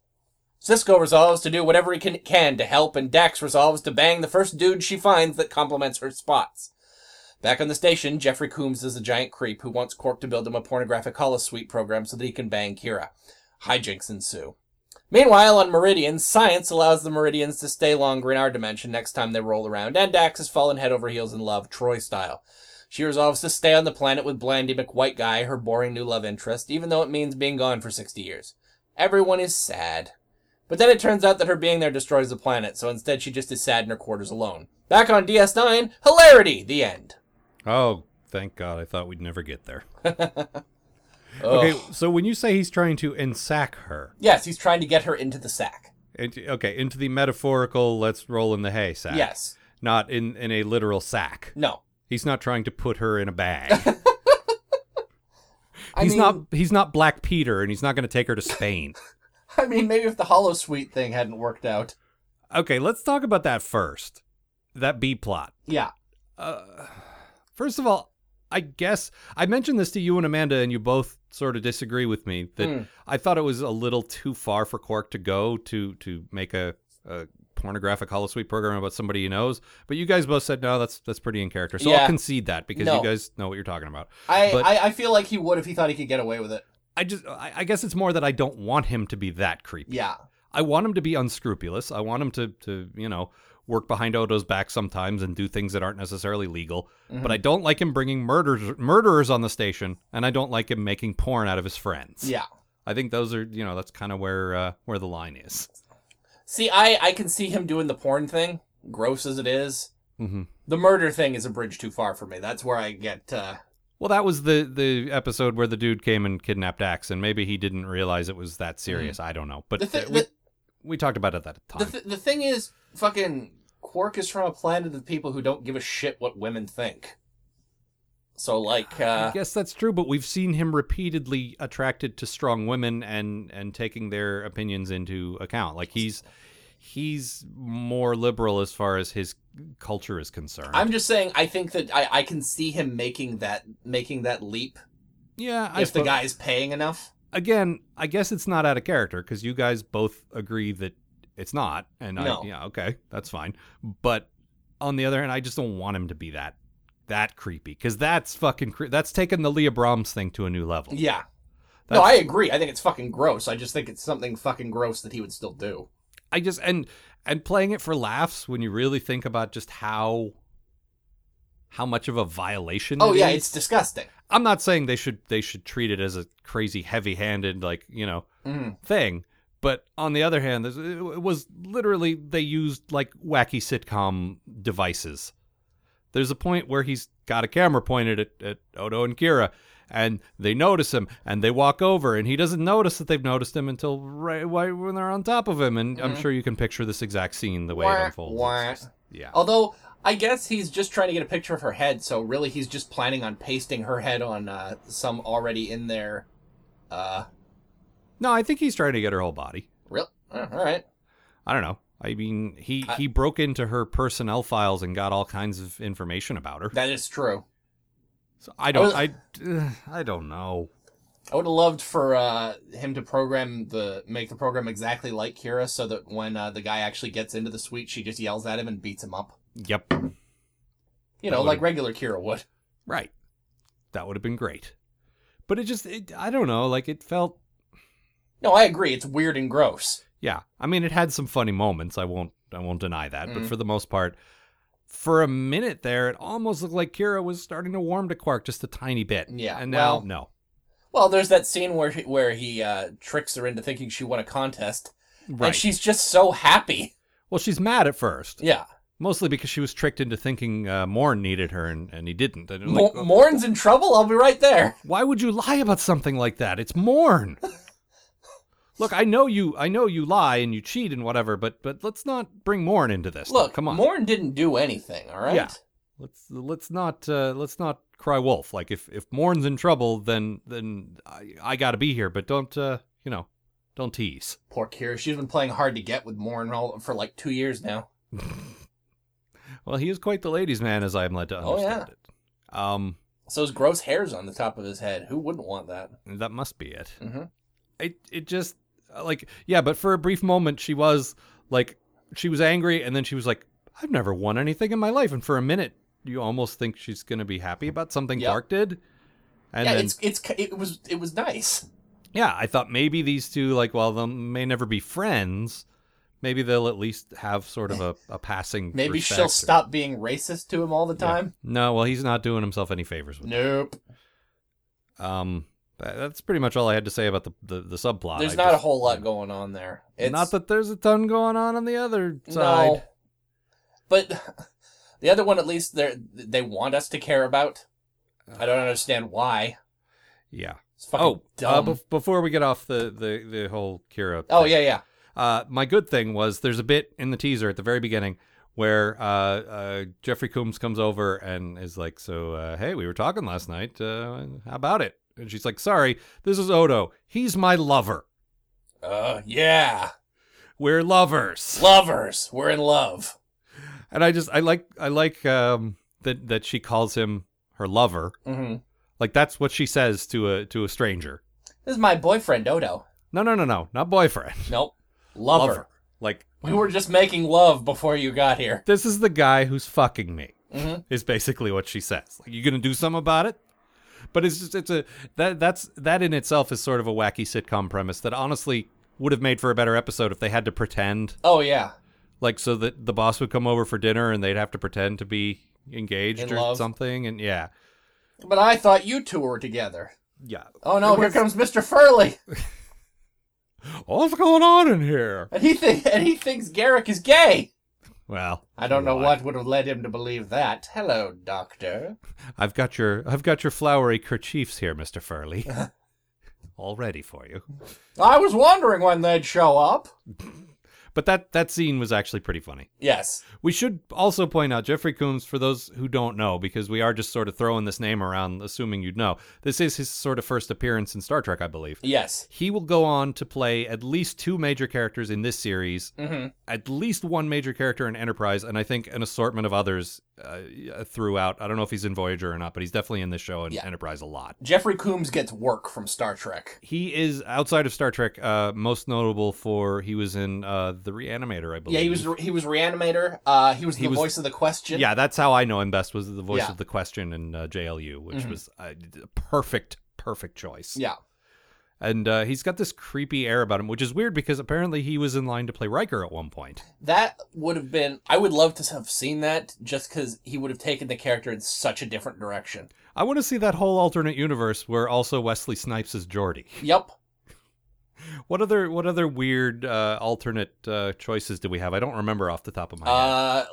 S3: Cisco resolves to do whatever he can, can to help, and Dax resolves to bang the first dude she finds that complements her spots. Back on the station, Jeffrey Coombs is a giant creep who wants Cork to build him a pornographic holosuite program so that he can bang Kira. Hijinks ensue. Meanwhile, on Meridian, science allows the Meridians to stay longer in our dimension next time they roll around, and Dax has fallen head over heels in love, Troy style. She resolves to stay on the planet with Blandy McWhite Guy, her boring new love interest, even though it means being gone for 60 years. Everyone is sad. But then it turns out that her being there destroys the planet, so instead she just is sad in her quarters alone. Back on DS9, hilarity, the end.
S2: Oh, thank God. I thought we'd never get there.
S3: Ugh.
S2: Okay, so when you say he's trying to ensack her,
S3: Yes, he's trying to get her into the sack.
S2: it, okay, into the metaphorical let's roll in the hay sack.
S3: Yes.
S2: Not in, in a literal sack.
S3: No.
S2: He's not trying to put her in a bag.
S3: I
S2: he's
S3: mean,
S2: not he's not Black Peter and he's not going to take her to
S3: [LAUGHS]
S2: Spain.
S3: I mean, maybe if the Hollow Suite thing hadn't worked out.
S2: okay, let's talk about that first. That B plot.
S3: Yeah.
S2: First of all, I guess I mentioned this to you and Amanda, and you both sort of disagree with me that
S3: Hmm.
S2: I thought it was a little too far for Quark to go to to make a, a pornographic holosuite program about somebody he knows. But you guys both said no, that's that's pretty in character. So
S3: Yeah.
S2: I'll concede that because
S3: No.
S2: you guys know what you're talking about.
S3: I,
S2: But-
S3: I, I feel like he would if he thought he could get away with it.
S2: I just I, I guess it's more that I don't want him to be that creepy.
S3: Yeah.
S2: I want him to be unscrupulous. I want him to to you know work behind Odo's back sometimes and do things that aren't necessarily legal.
S3: Mm-hmm.
S2: But I don't like him bringing murderers murderers on the station, and I don't like him making porn out of his friends.
S3: Yeah.
S2: I think those are you know that's kind of where uh, where the line is.
S3: See, I, I can see him doing the porn thing, gross as it is.
S2: Mm-hmm.
S3: The murder thing is a bridge too far for me. That's where I get. Uh,
S2: Well, that was the the episode where the dude came and kidnapped Ax, and maybe he didn't realize it was that serious. I don't know, but
S3: Mm-hmm. the, th-
S2: uh, we,
S3: the,
S2: we talked about it that time.
S3: the, th- the thing is, fucking Quark is from a planet of people who don't give a shit what women think. So, like, uh,
S2: I guess that's true, but we've seen him repeatedly attracted to strong women and and taking their opinions into account. Like he's he's more liberal as far as his culture is concerned.
S3: I'm just saying, I think that I, I can see him making that making that leap
S2: yeah, I
S3: if the
S2: suppo-
S3: guy's paying enough.
S2: again, I guess it's not out of character because you guys both agree that it's not, and
S3: No.
S2: I, yeah, okay, that's fine. But on the other hand, I just don't want him to be that that creepy because that's fucking cre- that's taking the Leah Brahms thing to a new level.
S3: Yeah. no,
S2: That's-
S3: I agree. I think it's fucking gross. I just think it's something fucking gross that he would still do.
S2: I just and and playing it for laughs when you really think about just how how much of a violation.
S3: Oh
S2: it
S3: yeah,
S2: is.
S3: it's disgusting.
S2: I'm not saying they should they should treat it as a crazy heavy-handed like you know
S3: Mhm.
S2: thing, but on the other hand, this- it was literally they used like wacky sitcom devices. There's a point where he's got a camera pointed at, at Odo and Kira, and they notice him, and they walk over, and he doesn't notice that they've noticed him until right, right when they're on top of him. And I'm sure you can picture this exact scene the way it
S3: Mm-hmm. Wah,
S2: unfolds.
S3: wah.
S2: It's just- yeah.
S3: Although I guess he's just trying to get a picture of her head, so really he's just planning on pasting her head on uh, some already in there. Uh,
S2: No, I think he's trying to get her whole body.
S3: real. uh, all right.
S2: I don't know. I mean, he
S3: I-
S2: he broke into her personnel files and got all kinds of information about her.
S3: That is true.
S2: So I uh, don't. I I don't know.
S3: I would have loved for uh, him to program the make the program exactly like Kira, so that when uh, the guy actually gets into the suite, she just yells at him and beats him up.
S2: Yep.
S3: You know,
S2: That
S3: like regular Kira would.
S2: Right. That would have been great. But it just, it, I don't know, like it felt,
S3: No, I agree. It's weird and gross.
S2: yeah. I mean, it had some funny moments. I won't, I won't deny that. But
S3: Mhm.
S2: for the most part, for a minute there, it almost looked like Kira was starting to warm to Quark just a tiny bit.
S3: Yeah,
S2: And now,
S3: well-
S2: no.
S3: Well, there's that scene where he, where he uh, tricks her into thinking she won a contest,
S2: Right.
S3: and she's just so happy.
S2: well, she's mad at first,
S3: Yeah,
S2: mostly because she was tricked into thinking uh, Morn needed her, and, and he didn't. And
S3: Mo-
S2: like, uh,
S3: Morn's in trouble. I'll be right there.
S2: Why would you lie about something like that? It's
S3: [LAUGHS]
S2: Morn. Look, I know you. I know you lie and you cheat and whatever, but but let's not bring Morn into this.
S3: Look,
S2: come on.
S3: Morn didn't do anything. All right.
S2: Yeah. Let's let's not uh, let's not cry wolf. Like if if Morn's in trouble, then then I, I got to be here. But don't uh, you know, don't tease.
S3: Poor Kira. She's been playing hard to get with Morn all, for like two years now.
S2: Well, he is quite the ladies' man, as I am led to
S3: Oh, yeah.
S2: understand it. Um,
S3: So his gross hairs on the top of his head. Who wouldn't want that?
S2: that must be it.
S3: hmm
S2: it it just uh, like yeah but for a brief moment she was like she was angry and then she was like i've never won anything in my life and for a minute you almost think she's going to be happy about something
S3: Yep.
S2: clark did and
S3: yeah,
S2: then
S3: it's it's it was it was nice.
S2: yeah i thought maybe these two like while they may never be friends maybe they'll at least have sort of
S3: [LAUGHS]
S2: a, a passing
S3: Maybe
S2: respect
S3: she'll
S2: or-
S3: stop being racist to him all the time.
S2: no well he's not doing himself any favors with
S3: Nope.
S2: um that- that's pretty much all i had to say about the the, the subplot
S3: There's
S2: I
S3: not a
S2: just-
S3: whole lot going on there. It's
S2: not that there's a ton going on on the other side
S3: no. But [LAUGHS] the other one at least they they want us to care about. I don't understand why.
S2: yeah
S3: It's fucking
S2: oh,
S3: dumb.
S2: Uh, bef- before we get off the, the, the whole Kira.
S3: oh
S2: thing,
S3: yeah, yeah.
S2: Uh, my good thing was there's a bit in the teaser at the very beginning where uh, uh, Jeffrey Coombs comes over and is like, "So uh, hey, we were talking last night. Uh, how about it?" And she's like, "Sorry, this is Odo. He's my lover.
S3: Uh yeah.
S2: We're lovers."
S3: Lovers. We're in love.
S2: and I just I like I like um, that that she calls him her lover.
S3: hmm
S2: Like that's what she says to a to a stranger.
S3: This is my boyfriend Odo.
S2: No, no, no, no, not boyfriend.
S3: Nope. Lover.
S2: Like
S3: We were just making love before you got here.
S2: this is the guy who's fucking me
S3: Mhm.
S2: is basically what she says like you gonna do something about it but it's just it's a that that's that in itself is sort of a wacky sitcom premise that honestly would have made for a better episode if they had to pretend
S3: Oh yeah.
S2: like so that the boss would come over for dinner and they'd have to pretend to be engaged
S3: In
S2: or
S3: love.
S2: something and yeah
S3: But I thought you two were together.
S2: yeah
S3: Oh no, here comes Mr. Furley,
S2: what's going on in here
S3: and he think and he thinks Garrick is gay.
S2: well
S3: I don't know
S2: why?
S3: what would have led him to believe that. Hello, Doctor.
S2: i've got your i've got your flowery kerchiefs here mr
S3: [LAUGHS]
S2: furley all ready for you
S3: I was wondering when they'd show up.
S2: but that that scene was actually pretty funny
S3: Yes.
S2: We should also point out Jeffrey Coombs, for those who don't know, because we are just sort of throwing this name around, assuming you'd know. This is his sort of first appearance in Star Trek, I believe.
S3: Yes.
S2: He will go on to play at least two major characters in this series,
S3: Mhm.
S2: at least one major character in Enterprise, and I think an assortment of others uh, throughout. I don't know if he's in Voyager or not, but he's definitely in this show and
S3: Yeah.
S2: Enterprise a lot.
S3: Jeffrey Coombs gets work from Star Trek.
S2: He is outside of Star Trek, uh, most notable for he was in uh, the Reanimator, I believe.
S3: Yeah, he was he was reanimator. Uh, he was
S2: He
S3: the
S2: was-
S3: voice of the question.
S2: Yeah, that's how I know him best was the voice
S3: Yeah.
S2: of the question in uh, JLU, which
S3: Mhm.
S2: was a a perfect, perfect choice.
S3: Yeah.
S2: And uh, he's got this creepy air about him, which is weird because apparently he was in line to play Riker at one point.
S3: That would have been. I would love to have seen that, just because he would have taken the character in such a different direction.
S2: I want to see that whole alternate universe where also Wesley Snipes is Geordi.
S3: Yep.
S2: What other what other weird uh, alternate uh, choices do we have? I don't remember off the top of my head.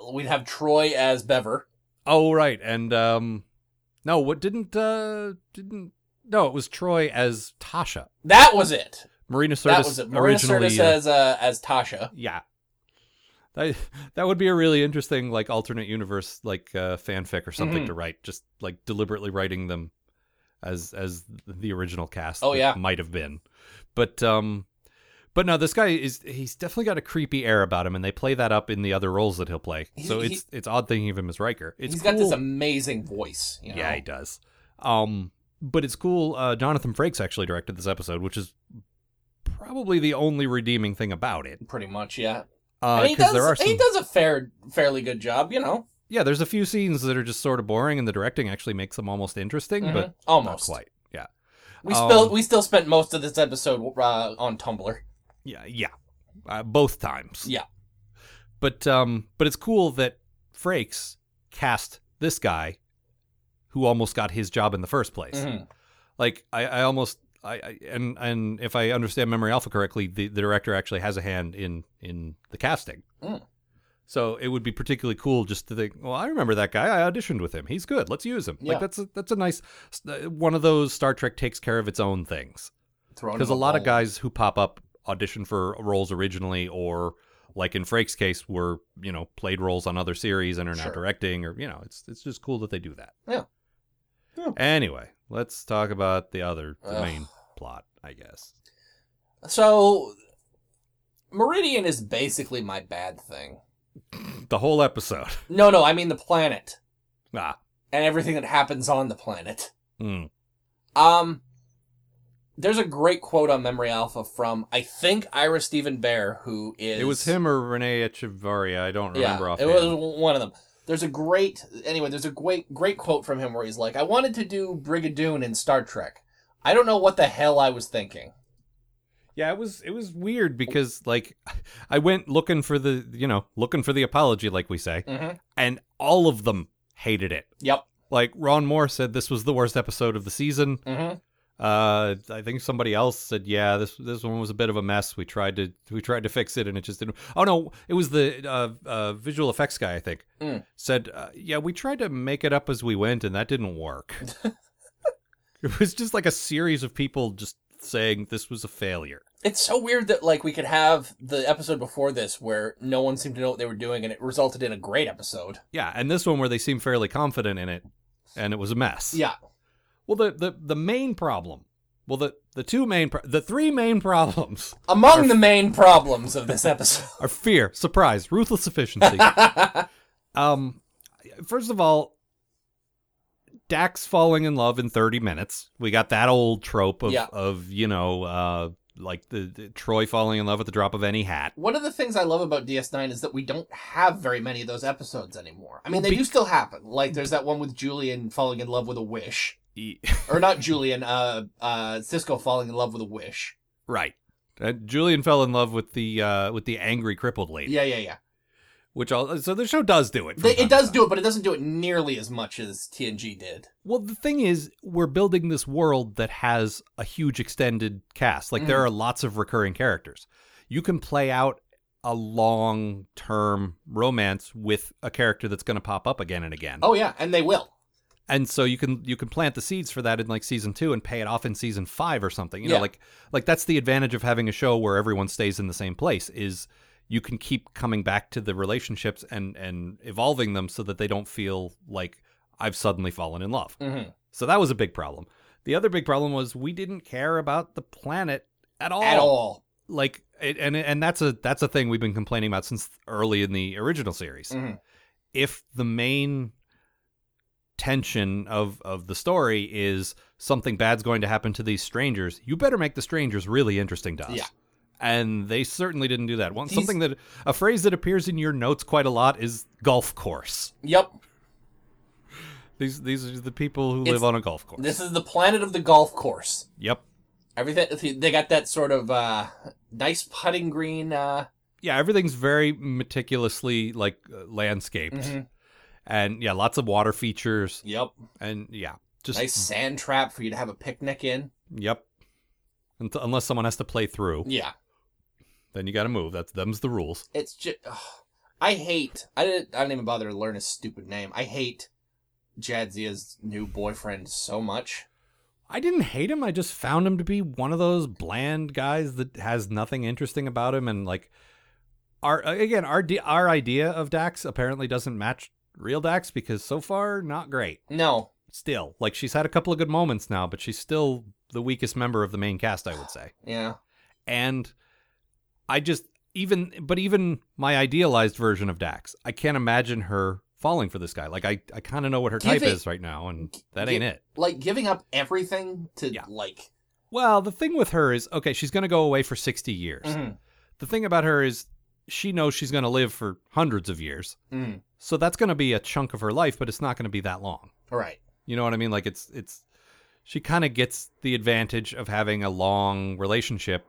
S3: Uh, we'd have Troy as Bever.
S2: Oh right, and um, no, what didn't uh, didn't no, it was Troy as Tasha.
S3: That was it.
S2: Marina Sirtis
S3: that was it. Marina
S2: originally
S3: Sirtis
S2: uh,
S3: as uh, as Tasha.
S2: yeah that, that would be a really interesting like alternate universe like uh, fanfic or something
S3: Mhm.
S2: to write just like deliberately writing them as as the original cast
S3: Oh,
S2: that
S3: yeah.
S2: might have been but um but no this guy is he's definitely got a creepy air about him and they play that up in the other roles that he'll play
S3: He-
S2: so
S3: he-
S2: it's it's odd thinking of him as Riker it's
S3: He's got this
S2: cool.
S3: amazing voice. You know?
S2: yeah he does um But it's cool. Uh, Jonathan Frakes actually directed this episode, which is probably the only redeeming thing about it.
S3: Pretty much, yeah.
S2: Because
S3: and he does.
S2: Uh, there are some,
S3: He does a fair, fairly good job, you know.
S2: yeah, there's a few scenes that are just sort of boring, and the directing actually makes them almost interesting,
S3: Mhm.
S2: but
S3: Almost.
S2: not quite. Yeah,
S3: We
S2: Um,
S3: spilled. We still spent most of this episode uh, on Tumblr.
S2: yeah, yeah. Uh, both times.
S3: Yeah.
S2: but um, but it's cool that Frakes cast this guy, who almost got his job in the first place.
S3: Mhm.
S2: like I, I almost I, I and and if I understand Memory Alpha correctly, the, the director actually has a hand in in the casting.
S3: Mm.
S2: So it would be particularly cool just to think, well, I remember that guy. I auditioned with him. He's good. Let's use him.
S3: Yeah.
S2: Like that's a, that's a nice uh, one of those Star Trek takes care of its own things
S3: Thrown
S2: because
S3: in
S2: a lot of
S3: bowl.
S2: guys who pop up audition for roles originally or like in Frake's case were you know played roles on other series and are now
S3: Sure.
S2: directing or you know it's it's just cool that they do that
S3: Yeah. Yeah.
S2: anyway let's talk about the other the
S3: Ugh.
S2: main plot I guess
S3: So, Meridian is basically my bad thing.
S2: the whole episode [LAUGHS]
S3: No, no, I mean the planet
S2: ah
S3: and everything that happens on the planet.
S2: mm,
S3: Um, there's a great quote on Memory Alpha from I think Ira Stephen Bear, who is
S2: it was him or Renee Echevarria I don't
S3: Yeah,
S2: remember
S3: it
S2: offhand
S3: was one of them. There's a great anyway. There's a great great quote from him where he's like, "I wanted to do Brigadoon in Star Trek. I don't know what the hell I was thinking."
S2: Yeah, it was it was weird because like I went looking for the you know looking for the apology like we say,
S3: Mhm.
S2: and all of them hated it.
S3: Yep.
S2: Like Ron Moore said, this was the worst episode of the season.
S3: Mm-hmm.
S2: Uh, I think somebody else said, yeah, this this one was a bit of a mess. We tried to we tried to fix it, and it just didn't. Oh no, it was the uh, uh visual effects guy. I think
S3: Mm.
S2: said, uh, yeah, we tried to make it up as we went, and that didn't
S3: [LAUGHS]
S2: work. it was just like a series of people just saying this was a failure.
S3: It's so weird that like we could have the episode before this where no one seemed to know what they were doing, and it resulted in a great episode.
S2: Yeah, and this one where they seem fairly confident in it, and it was a mess.
S3: Yeah.
S2: Well, the the, the main problem, well the the two main pro- the three main [LAUGHS] problems
S3: Among the main problems of this episode.
S2: are fear, surprise, ruthless
S3: [LAUGHS]
S2: efficiency. um, first of all, Dax falling in love in thirty minutes. We got that old trope of
S3: Yeah.
S2: of you know uh like the, the Troy falling in love at the drop of any hat.
S3: One of the things I love about DS9 is that we don't have very many of those episodes anymore. I mean,
S2: Well,
S3: they
S2: be-
S3: do still happen. Like, there's that one with Julian falling in love with a wish.
S2: E- [LAUGHS]
S3: Or not Julian, uh, uh, Cisco falling in love with a wish.
S2: right. Uh, Julian fell in love with the uh with the angry crippled lady,
S3: Yeah, yeah, yeah.
S2: which all so the show does do it. from
S3: They,
S2: time to
S3: it does
S2: time.
S3: do it, but it doesn't do it nearly as much as TNG did.
S2: Well, the thing is, we're building this world that has a huge extended cast. Like, there
S3: Mm-hmm.
S2: are lots of recurring characters. You can play out a long term romance with a character that's going to pop up again and again.
S3: Oh, yeah, and they will.
S2: And so you can you can plant the seeds for that in like season 2 and pay it off in season 5 or something. You know,
S3: Yeah.
S2: like like that's the advantage of having a show where everyone stays in the same place is you can keep coming back to the relationships and and evolving them so that they don't feel like I've suddenly fallen in love.
S3: Mm-hmm.
S2: So that was a big problem. The other big problem was we didn't care about the planet at all.
S3: At all.
S2: Like it, and and that's a that's a thing we've been complaining about since early in the original series.
S3: Mhm.
S2: If the main tension of of the story is something bad's going to happen to these strangers, you better make the strangers really interesting to us.
S3: Yeah.
S2: And they certainly didn't do that. One
S3: These-
S2: something that a phrase that appears in your notes quite a lot is golf course.
S3: Yep.
S2: These these are the people who
S3: It's-
S2: live on a golf course.
S3: This is the planet of the golf course.
S2: yep.
S3: Everything they got that sort of uh, nice putting green. Uh,
S2: yeah, everything's very meticulously like uh, landscaped,
S3: Mhm.
S2: and yeah, lots of water features,
S3: yep,
S2: and yeah, just
S3: nice sand trap for you to have a picnic in.
S2: yep. Unt- unless someone has to play through,
S3: Yeah,
S2: then you got to move. That's them's the rules.
S3: it's just [SIGHS] I hate. I didn't. I didn't even bother to learn his stupid name. I hate Jadzia's new boyfriend so much.
S2: I didn't hate him. I just found him to be one of those bland guys that has nothing interesting about him, and like our uh, again our d- our idea of Dax apparently doesn't match real Dax because so far not great.
S3: No,
S2: Still, like she's had a couple of good moments now, but she's still the weakest member of the main cast, I would say.
S3: yeah,
S2: and I just even but even my idealized version of Dax, I can't imagine her falling for this guy. Like I, I kind of know what her
S3: Give
S2: type
S3: it-
S2: is right now, and that ain't
S3: Give-
S2: it.
S3: Like giving up everything to
S2: Yeah.
S3: like
S2: Well, the thing with her is okay, she's going to go away for 60 years.
S3: Mhm.
S2: The thing about her is she knows she's going to live for hundreds of years.
S3: mm,
S2: So that's going to be a chunk of her life, but it's not going to be that long.
S3: right.
S2: You know what I mean? Like it's it's she kind of gets the advantage of having a long relationship.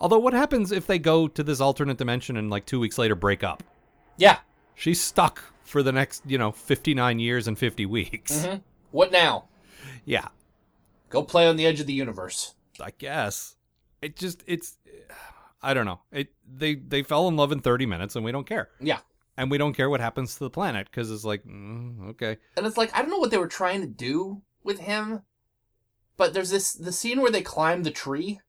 S2: Although what happens if they go to this alternate dimension and like 2 weeks later break up?
S3: Yeah.
S2: She's stuck for the next, you know, 59 years and 50 weeks.
S3: Mhm. What now?
S2: [LAUGHS] Yeah.
S3: Go play on the edge of the universe.
S2: I guess. It just it's I don't know. It they they fell in love in 30 minutes and we don't care.
S3: Yeah.
S2: And we don't care what happens to the planet cuz it's like mm, okay.
S3: And it's like I don't know what they were trying to do with him, but there's this the scene where they climb the tree.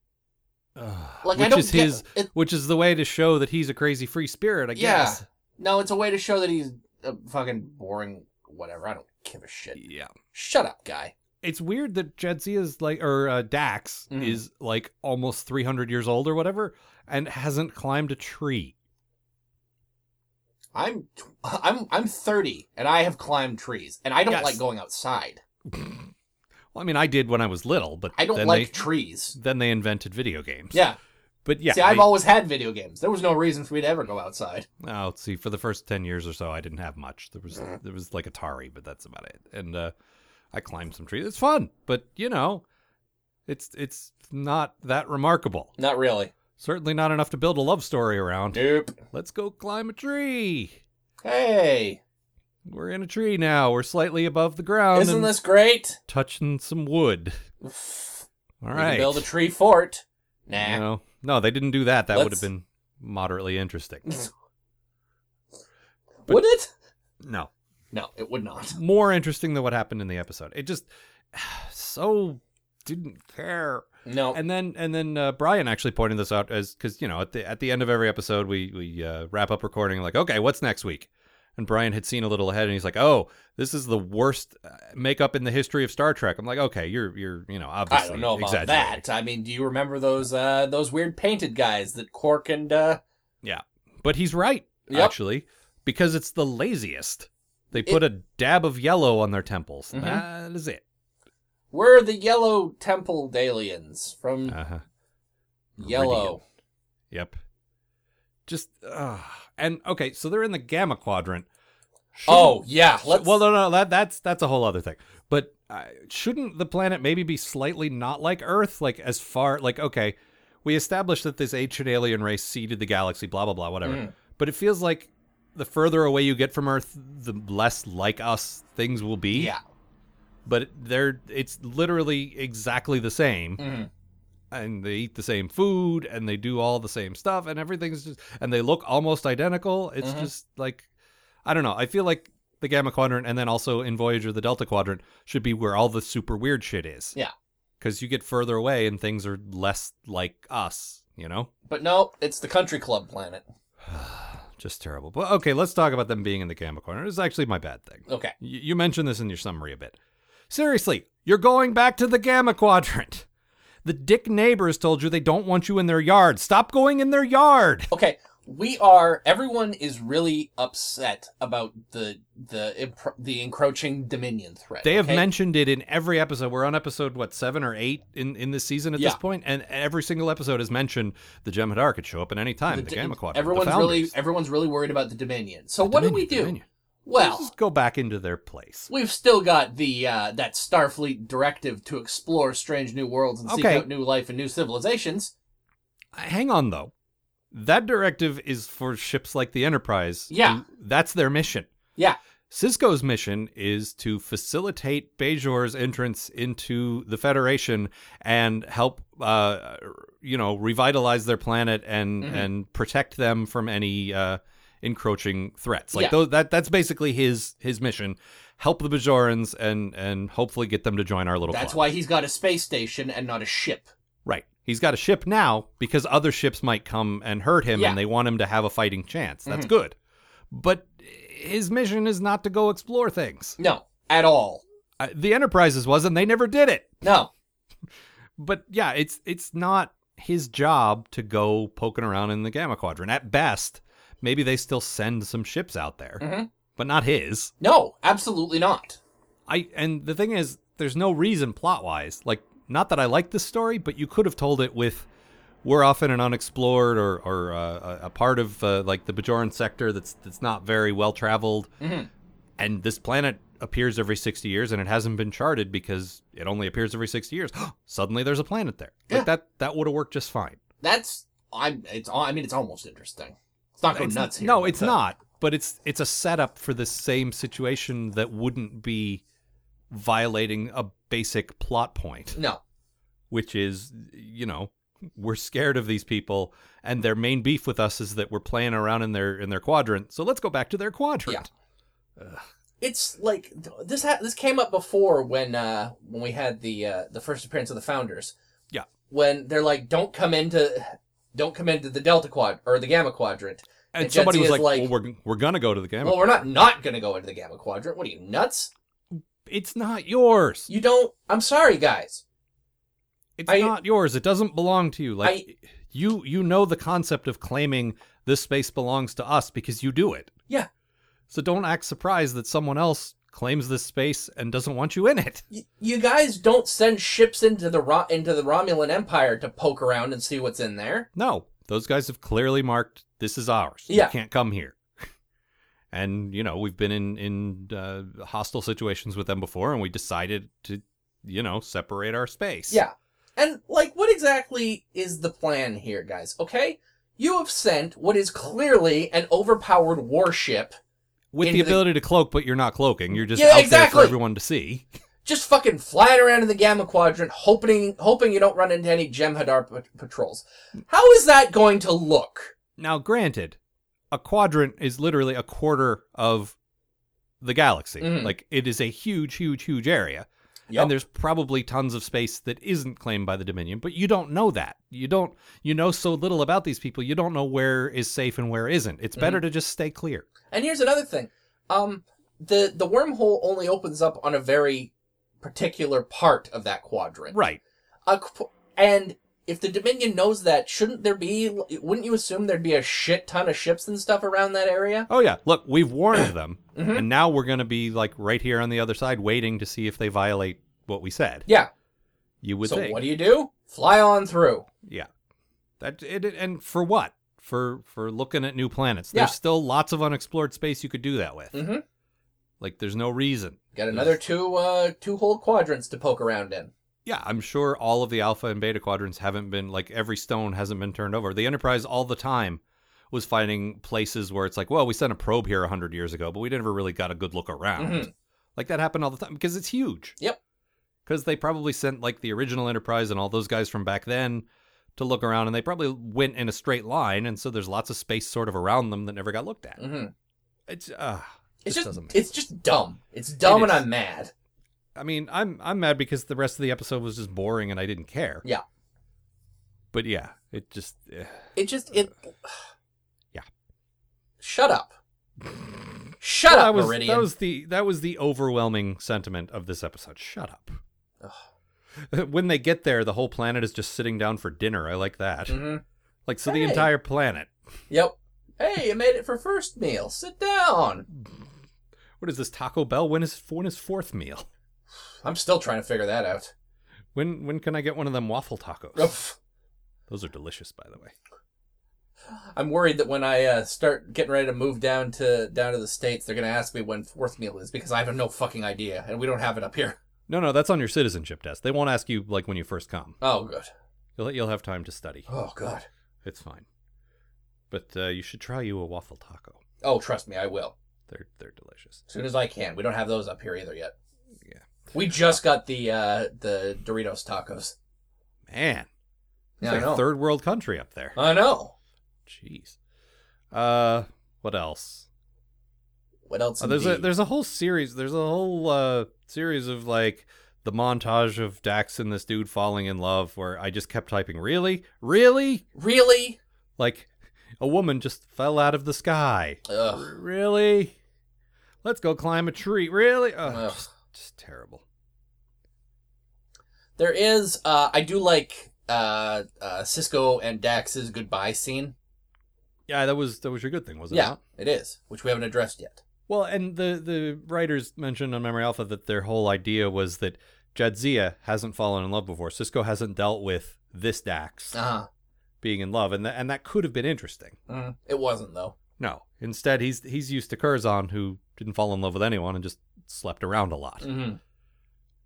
S3: Like, I
S2: which
S3: don't
S2: is
S3: get-
S2: his
S3: it-
S2: which is the way to show that he's a crazy free spirit, I
S3: Yeah.
S2: guess.
S3: No, it's a way to show that he's a fucking boring whatever. I don't give a shit.
S2: Yeah.
S3: Shut up, guy.
S2: It's weird that Jedzia is like or uh, Dax
S3: Mhm.
S2: is like almost 300 years old or whatever and hasn't climbed a tree.
S3: I'm tw- [LAUGHS] I'm I'm 30 and I have climbed trees and I don't
S2: Yes.
S3: like going outside.
S2: Well, I mean, I did when I was little, but
S3: I don't
S2: then
S3: like
S2: they,
S3: trees.
S2: then they invented video games.
S3: Yeah.
S2: But yeah.
S3: See, I've
S2: I-
S3: always had video games. There was no reason for me to ever go outside.
S2: Oh, let's see. For the first ten years or so, I didn't have much. There was
S3: Mm.
S2: there was like Atari, but that's about it. And uh, I climbed some trees. It's fun, but you know, it's it's not that remarkable.
S3: Not really.
S2: Certainly not enough to build a love story around.
S3: Nope.
S2: Let's go climb a tree.
S3: Hey,
S2: We're in a tree now. We're slightly above the ground.
S3: isn't
S2: and
S3: this great?
S2: touching some wood? All
S3: We can
S2: right.
S3: build a tree fort. Nah.
S2: no, no, they didn't do that. That would
S3: Let's-
S2: have been moderately
S3: [LAUGHS]
S2: interesting.
S3: Would it?
S2: no.
S3: No, it would not.
S2: more interesting than what happened in the episode. It just [SIGHS] so didn't care.
S3: No.
S2: And then and then uh, Brian actually pointed this out as because you know at the at the end of every episode we we uh, wrap up recording like okay what's next week. And Brian had seen a little ahead, and he's like, "Oh, this is the worst uh, makeup in the history of Star Trek." I'm like, "Okay, you're, you're, you know, obviously
S3: I don't know about
S2: exaggerating."
S3: that. I mean, do you remember those uh those weird painted guys that Cork and uh
S2: Yeah, but he's right
S3: Yep.
S2: actually because it's the laziest. They put a dab of yellow on their temples.
S3: Mhm.
S2: That is it.
S3: were the yellow temple aliens from
S2: Uh-huh. Meridian.
S3: Yellow?
S2: Yep. Just uh, and okay, so they're in the gamma quadrant.
S3: Oh, yeah.
S2: Shouldn't-
S3: Let's
S2: well, no, no, that, that's that's a whole other thing. But uh, shouldn't the planet maybe be slightly not like Earth, like as far like okay, we established that this ancient alien race seeded the galaxy, blah blah blah, whatever.
S3: Mm.
S2: But it feels like the further away you get from Earth, the less like us things will be.
S3: Yeah.
S2: But they're it's literally exactly the same
S3: Mhm.
S2: and they eat the same food and they do all the same stuff and everything's just and they look almost identical. It's
S3: Mhm.
S2: just like I don't know. I feel like the Gamma Quadrant and then also in Voyager the Delta Quadrant should be where all the super weird shit is.
S3: Yeah.
S2: Cuz you get further away and things are less like us, you know?
S3: But no, it's the country club planet.
S2: Just terrible. But okay, let's talk about them being in the Gamma Quadrant. It's actually my bad thing.
S3: Okay.
S2: Y- You mentioned this in your summary a bit. Seriously, you're going back to the Gamma Quadrant. [LAUGHS] The dick neighbors told you they don't want you in their yard. Stop going in their yard.
S3: Okay, we are. Everyone is really upset about the the impro- the encroaching Dominion threat.
S2: They have
S3: okay?
S2: mentioned it in every episode. We're on episode what seven or eight in in this season at this
S3: Yeah.
S2: point, and every single episode has mentioned the Jem'Hadar could show up at any time. The,
S3: D-
S2: Gamma Quadrant. the
S3: Everyone's really
S2: Founders.
S3: everyone's really worried about the Dominion. So what do we
S2: Dominion,
S3: do?
S2: Dominion.
S3: Well,
S2: Just go back into their place.
S3: we've still got the uh, that Starfleet directive to explore strange new worlds and seek
S2: Okay.
S3: out new life and new civilizations.
S2: Uh, Hang on though. That directive is for ships like the Enterprise.
S3: Yeah.
S2: And That's their mission.
S3: Yeah,
S2: Cisco's mission is to facilitate Bejor's entrance into the Federation and help, uh, you know, revitalize their planet and
S3: Mm-hmm.
S2: and protect them from any uh, encroaching threats. Like
S3: Yeah.
S2: those, that that's basically his his mission: help the Bejorans and and hopefully get them to join our little.
S3: that's
S2: club.
S3: why he's got a space station and not a ship.
S2: Right. He's got a ship now because other ships might come and hurt him
S3: Yeah. Mm-hmm.
S2: and they want him to have a fighting chance. That's good. But his mission is not to go explore things.
S3: No, at all.
S2: Uh, the Enterprises was and they never did it.
S3: No.
S2: But yeah, it's it's not his job to go poking around in the Gamma Quadrant. At best, maybe they still send some ships out there.
S3: Mhm.
S2: but not his.
S3: No, absolutely not.
S2: I and the thing is, there's no reason plot wise. Like, not that I like this story, but you could have told it with we're off in an unexplored or or uh, a- a part of uh, like the Bajoran sector that's that's not very well traveled,
S3: Mm-hmm.
S2: and this planet appears every 60 years and it hasn't been charted because it only appears every 60 years [GASPS] suddenly there's a planet there
S3: Yeah.
S2: like that that would have worked just fine
S3: That's I'm. It's. al- I mean, it's almost interesting. It's not going
S2: It's-
S3: Oh, nuts here.
S2: No, it's
S3: but-
S2: not. But it's it's a setup for the same situation that wouldn't be violating a basic plot point,
S3: No,
S2: which is you know we're scared of these people, and their main beef with us is that we're playing around in their in their quadrant. So let's go back to their quadrant.
S3: it's like this. Ha- this came up before when uh when we had the uh the first appearance of the founders.
S2: Yeah.
S3: When they're like, don't come into, don't come into the Delta Quad or the Gamma Quadrant.
S2: And,
S3: And
S2: somebody
S3: Jetsi
S2: was
S3: is
S2: like,
S3: like-
S2: "Well, we're we're gonna go to the game.
S3: Well, we're not not going to go into the Gamma Quadrant. What are you nuts?
S2: it's not yours.
S3: You don't. I'm sorry, guys.
S2: It's
S3: I-
S2: not yours. It doesn't belong to you. Like you you know the concept of claiming this space belongs to us because you do it.
S3: Yeah.
S2: So don't act surprised that someone else claims this space and doesn't want you in it.
S3: Y- you guys don't send ships into the Ro- into the Romulan Empire to poke around and see what's in there.
S2: No, those guys have clearly marked this is ours.
S3: Yeah.
S2: You can't come here. [LAUGHS] And you know we've been in in uh, hostile situations with them before, and we decided to you know separate our space.
S3: Yeah. And like what exactly is the plan here, guys? Okay? You have sent what is clearly an overpowered warship.
S2: With the
S3: Into the-
S2: ability to cloak, but you're not cloaking. You're just
S3: Yeah,
S2: out there
S3: exactly.
S2: for everyone to see.
S3: Just fucking flying around in the Gamma Quadrant, hoping hoping you don't run into any Jem'Hadar pat- patrols. How is that going to look?
S2: Now, granted, a quadrant is literally a quarter of the galaxy.
S3: Mhm.
S2: Like, it is a huge, huge, huge area.
S3: Yep.
S2: And there's probably tons of space that isn't claimed by the Dominion, but you don't know that. You don't, you know so little about these people, you don't know where is safe and where isn't. It's better to just stay clear.
S3: And here's another thing. Um the the wormhole only opens up on a very particular part of that quadrant.
S2: Right.
S3: a qu- and if the Dominion knows that, shouldn't there be? Wouldn't you assume there'd be a shit ton of ships and stuff around that area?
S2: Oh, yeah. Look, we've warned [CLEARS THROAT] them, and now we're going to be, like, right here on the other side waiting to see if they violate what we said.
S3: Yeah.
S2: You would
S3: so
S2: think.
S3: what do you do? Fly on through.
S2: Yeah. That it, it- and for what? For for looking at new planets.
S3: Yeah.
S2: There's still lots of unexplored space you could do that with.
S3: Mhm.
S2: Like there's no reason.
S3: Got another two uh two whole quadrants to poke around in.
S2: Yeah, I'm sure all of the alpha and beta quadrants haven't been like every stone hasn't been turned over. The Enterprise all the time was finding places where it's like, well, we sent a probe here 100 years ago, but we never really got a good look around.
S3: Mhm.
S2: Like that happened all the time because it's huge.
S3: Yep.
S2: because they probably sent like the original Enterprise and all those guys from back then to look around, and they probably went in a straight line, and so there's lots of space sort of around them that never got looked at.
S3: hmm
S2: It's, uh, this
S3: It's just
S2: doesn't-
S3: it's just dumb. It's dumb,
S2: It
S3: and
S2: is.
S3: I'm mad.
S2: I mean, I'm I'm mad because the rest of the episode was just boring and I didn't care.
S3: Yeah.
S2: But yeah, it just eh.
S3: It just it.
S2: Yeah. [SIGHS]
S3: Shut up. Shut
S2: that
S3: up,
S2: was
S3: Meridian.
S2: that was the that was the overwhelming sentiment of this episode. Shut up. When they get there, the whole planet is just sitting down for dinner. I like that.
S3: Mhm.
S2: Like so,
S3: Hey.
S2: the entire planet.
S3: Yep. Hey, you made it for first meal. Sit down.
S2: What is this Taco Bell? When is when is fourth meal? [LAUGHS]
S3: I'm still trying to figure that out.
S2: When when can I get one of them waffle tacos? [SIGHS]
S3: [LAUGHS] Oof.
S2: Those are delicious, by the way.
S3: I'm worried that when I uh, start getting ready to move down to down to the states, they're gonna ask me when fourth meal is because I have no fucking idea, and we don't have it up here. [LAUGHS]
S2: No, no, that's on your citizenship test. They won't ask you like when you first come.
S3: Oh good.
S2: You'll you'll have time to study.
S3: Oh god.
S2: It's fine. But uh, you should try you a waffle taco.
S3: Oh, trust me, I will.
S2: They're they're delicious.
S3: As soon as I can. We don't have those up here either yet.
S2: Yeah.
S3: We just got the uh, the Doritos tacos.
S2: Man, it's
S3: Yeah, I
S2: like
S3: know.
S2: a third world country up there.
S3: I know.
S2: Jeez. Uh, what else?
S3: What else?
S2: Oh, there's a
S3: indeed?
S2: there's a whole series. There's a whole uh, series of like the montage of Dax and this dude falling in love. Where I just kept typing, really, really,
S3: really.
S2: like a woman just fell out of the sky.
S3: Ugh.
S2: Really? Let's go climb a tree. Really? Ugh,
S3: Ugh.
S2: Just, just terrible.
S3: There is. Uh, I do like uh, uh, Cisco and Dax's goodbye scene.
S2: Yeah, that was that was your good thing, was it?
S3: yeah,
S2: not?
S3: it is, which we haven't addressed yet.
S2: Well, and the the writers mentioned on Memory Alpha that their whole idea was that Jadzia hasn't fallen in love before. Cisco hasn't dealt with this Dax
S3: Uh-huh.
S2: being in love, and that and that could have been interesting.
S3: Mm, it wasn't though.
S2: No, instead he's he's used to Curzon, who didn't fall in love with anyone and just slept around a lot.
S3: Mm-hmm.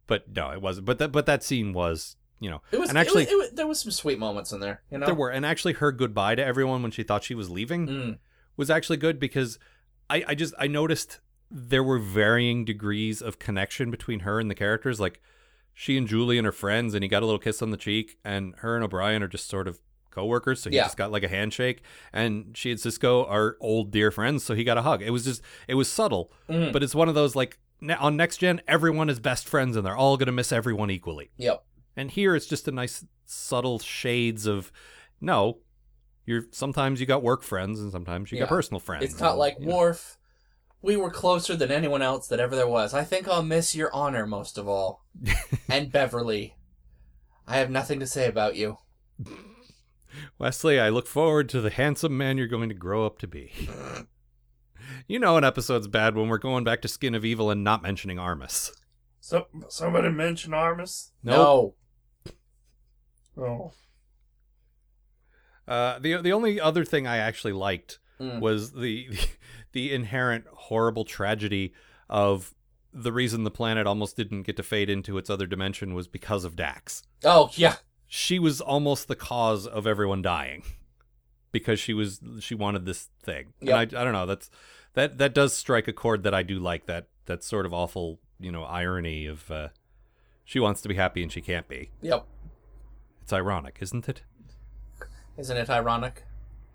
S2: But no, it wasn't. But that but that scene was, you know,
S3: It was
S2: and actually
S3: it was, it was, there was some sweet moments in there. You know,
S2: there were, and actually her goodbye to everyone when she thought she was leaving
S3: Mm,
S2: was actually good because I I just I noticed there were varying degrees of connection between her and the characters, like she and Julie and her friends, and he got a little kiss on the cheek, and her and O'Brien are just sort of co-workers so he
S3: Yeah.
S2: just got like a handshake and she and cisco are old dear friends so he got a hug it was just it was subtle
S3: mm,
S2: but it's one of those like ne- on next gen everyone is best friends and they're all going to miss everyone equally
S3: yep.
S2: and here it's just a nice subtle shades of no you're sometimes you got work friends and sometimes you
S3: Yeah.
S2: got personal friends
S3: It's not
S2: and,
S3: like
S2: you know.
S3: Worf. We were closer than anyone else that ever there was. I think I'll miss your honor most
S2: [LAUGHS]
S3: of all, and Beverly. I have nothing to say about you.
S2: wesley i look forward to the handsome man you're going to grow up to be [LAUGHS] you know an episode's bad when we're going back to skin of evil and not mentioning armus
S5: So, somebody mention Armus?
S3: No.
S5: Oh.
S2: Uh, the the only other thing I actually liked
S3: Mm.
S2: was the [LAUGHS] the inherent horrible tragedy of the reason the planet almost didn't get to fade into its other dimension was because of Dax.
S3: Oh yeah.
S2: She was almost the cause of everyone dying [LAUGHS] because she was she wanted this thing.
S3: Yep.
S2: And I I don't know, that's that that does strike a chord that I do like that that sort of awful, you know, irony of uh she wants to be happy and she can't be.
S3: Yep.
S2: It's ironic, isn't it?
S3: Isn't it ironic?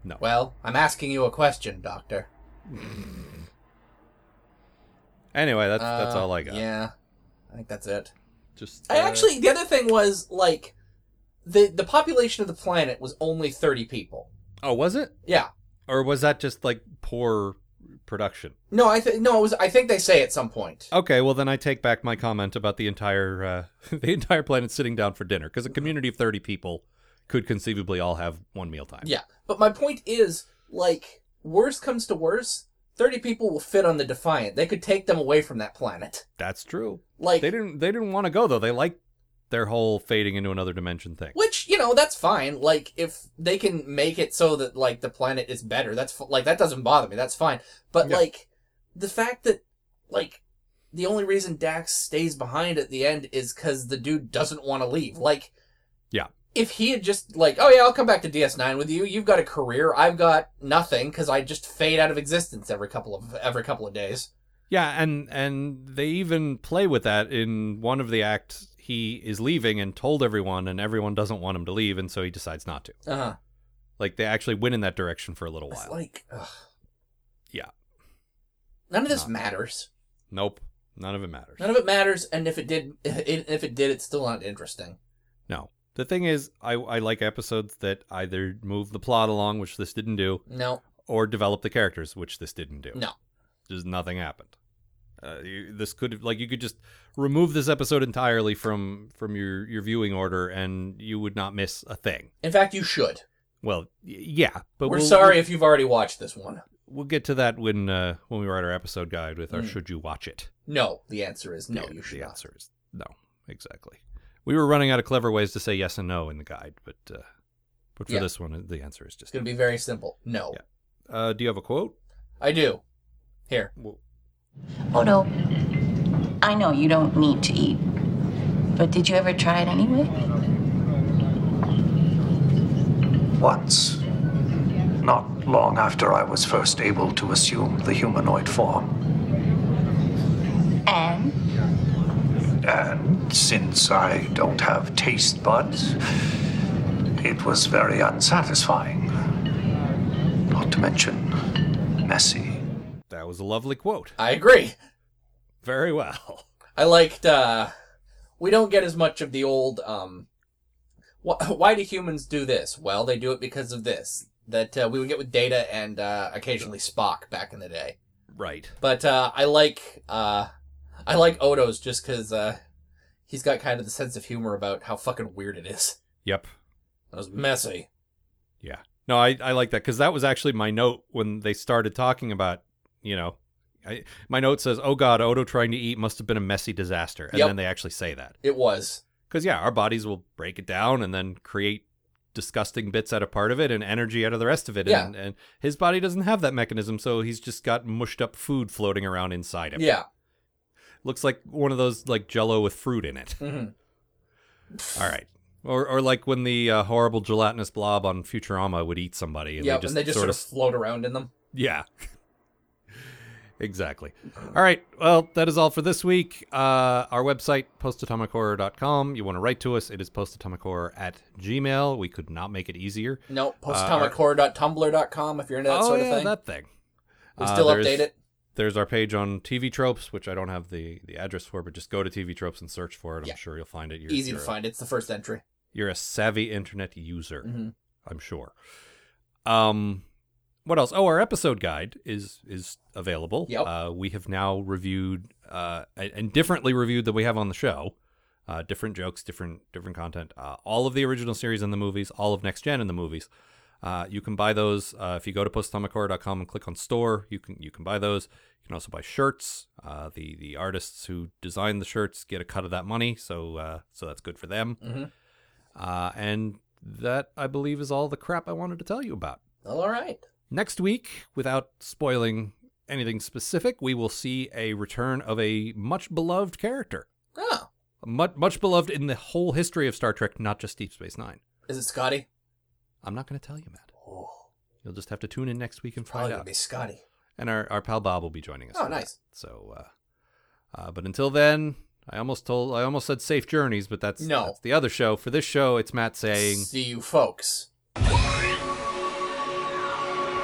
S2: No.
S3: Well, I'm asking you a question, Doctor.
S2: Anyway, that's that's
S3: Uh,
S2: all I got.
S3: Yeah, I think that's it.
S2: Just
S3: I
S2: uh,
S3: actually, the other thing was like, the the population of the planet was only thirty people.
S2: Oh, was it?
S3: Yeah.
S2: or was that just like poor production?
S3: No, I think no. It was. I think they say at some point.
S2: Okay, well then I take back my comment about the entire uh, [LAUGHS] the entire planet sitting down for dinner because a community of thirty people could conceivably all have one mealtime.
S3: Yeah, but my point is, like, worse comes to worse, thirty people will fit on the Defiant. They could take them away from that planet.
S2: that's true.
S3: Like,
S2: They didn't they didn't want to go though. They liked their whole fading into another dimension thing.
S3: which you know that's fine. Like, if they can make it so that like the planet is better, that's f- like that doesn't bother me. That's fine. But
S2: Yeah.
S3: like, the fact that like the only reason Dax stays behind at the end is because the dude doesn't want to leave. Like,
S2: Yeah.
S3: If he had just like, oh yeah, I'll come back to DS9 with you. You've got a career. I've got nothing because I just fade out of existence every couple of every couple of days.
S2: Yeah, and and they even play with that in one of the acts. He is leaving and told everyone, and everyone doesn't want him to leave, and so he decides not to.
S3: Uh huh.
S2: Like they actually went in that direction for a little
S3: It's
S2: while.
S3: like, ugh.
S2: Yeah.
S3: None of this
S2: Not-
S3: matters.
S2: nope, none of it matters.
S3: None of it matters, and if it did, [LAUGHS] if it did, it's still not interesting.
S2: No. The thing is, I, I like episodes that either move the plot along, which this didn't do,
S3: No,
S2: or develop the characters, which this didn't do.
S3: No.
S2: Just nothing happened. Uh, you, this could have- like you could just remove this episode entirely from from your your viewing order, and you would not miss a thing.
S3: in fact, you should.
S2: Well, y- yeah, but
S3: We're
S2: we'll,
S3: sorry if you've already watched this one.
S2: We'll, we'll get to that when uh, when we write our episode guide with our
S3: Mm.
S2: should you watch it.
S3: No, the answer is no.
S2: the,
S3: you
S2: the
S3: should not.
S2: answer is no. Exactly. We were running out of clever ways to say yes and no in the guide, but uh, but for
S3: Yeah.
S2: this one, the answer is
S3: It's
S2: just
S3: going to be very simple. No,
S2: Yeah. Uh, do you have a quote?
S3: I do. Here,
S6: Odo, Oh, I know you don't need to eat, but did you ever try it anyway?
S7: Once. Not long after I was first able to assume the humanoid form.
S6: And
S7: And since I don't have taste buds, it was very unsatisfying. Not to mention messy.
S2: That was a lovely quote.
S3: I agree.
S2: Very well. [LAUGHS]
S3: I liked. uh We don't get as much of the old. um wh- Why do humans do this? Well, they do it because of this. That uh, we would get with Data and uh, occasionally Spock back in the day.
S2: Right.
S3: But uh, I like uh, I like Odo's just because uh, he's got kind of the sense of humor about how fucking weird it is.
S2: Yep.
S3: It was messy.
S2: Yeah. No, I, I like that because that was actually my note when they started talking about, you know, I, my note says, "Oh God, Odo trying to eat must have been a messy disaster," and
S3: Yep.
S2: then they actually say that
S3: It was.
S2: because yeah, our bodies will break it down and then create disgusting bits out of part of it and energy out of the rest of it.
S3: Yeah.
S2: And, and his body doesn't have that mechanism, so he's just got mushed up food floating around inside him.
S3: Yeah.
S2: looks like one of those like Jello with fruit in it.
S3: Mhm.
S2: [LAUGHS]
S3: Mm-hmm.
S2: All right. Or, or like when the uh, horrible gelatinous blob on Futurama would eat somebody, and
S3: Yep.
S2: they just,
S3: and they just
S2: sort of
S3: float around in them.
S2: [LAUGHS] yeah. exactly. All right. Well, that is all for this week. Uh, our website, postatomichorror.com. You want to write to us, it is postatomichorror at gmail. We could not make it easier.
S3: No,
S2: our-
S3: postatomichorror.tumblr.com if you're into that
S2: Uh, oh,
S3: sort of
S2: yeah,
S3: thing.
S2: that thing.
S3: we
S2: Uh,
S3: still
S2: there is-
S3: update it.
S2: There's our page on TV Tropes, which I don't have the, the address for, but just go to TV Tropes and search for it.
S3: Yeah.
S2: I'm sure you'll find it. You're,
S3: Easy to
S2: you're-
S3: find. It's the first entry.
S2: You're a savvy internet user.
S3: hmm
S2: I'm sure. Um, what else? Oh, our episode guide is is available.
S3: Yep.
S2: Uh, we have now reviewed uh, and and differently reviewed than we have on the show. Uh, different jokes, different different content. Uh, all of the original series in the movies, all of Next Gen in the movies. Uh, you can buy those uh, if you go to postatomichorror.com and click on store. You can you can buy those. You can also buy shirts. Uh, the the artists who designed the shirts get a cut of that money, so uh, so that's good for them. Uh, and that, I believe, is all the crap I wanted to tell you about.
S3: Well, all right.
S2: Next week, without spoiling anything specific, we will see a return of a much beloved character.
S3: Oh.
S2: Much, much beloved in the whole history of Star Trek, not just Deep Space Nine.
S3: Is it Scotty?
S2: I'm not going to tell you, Matt.
S3: Oh,
S2: You'll just have to tune in next week and find
S3: probably going to
S2: out.
S3: be Scotty.
S2: And our, our pal Bob will be joining us.
S3: Oh,
S2: for that.
S3: nice.
S2: So, uh, uh, but until then, I almost told, I almost said safe journeys, but that's,
S3: No.
S2: that's the other show. For this show, it's Matt saying.
S3: See you, folks.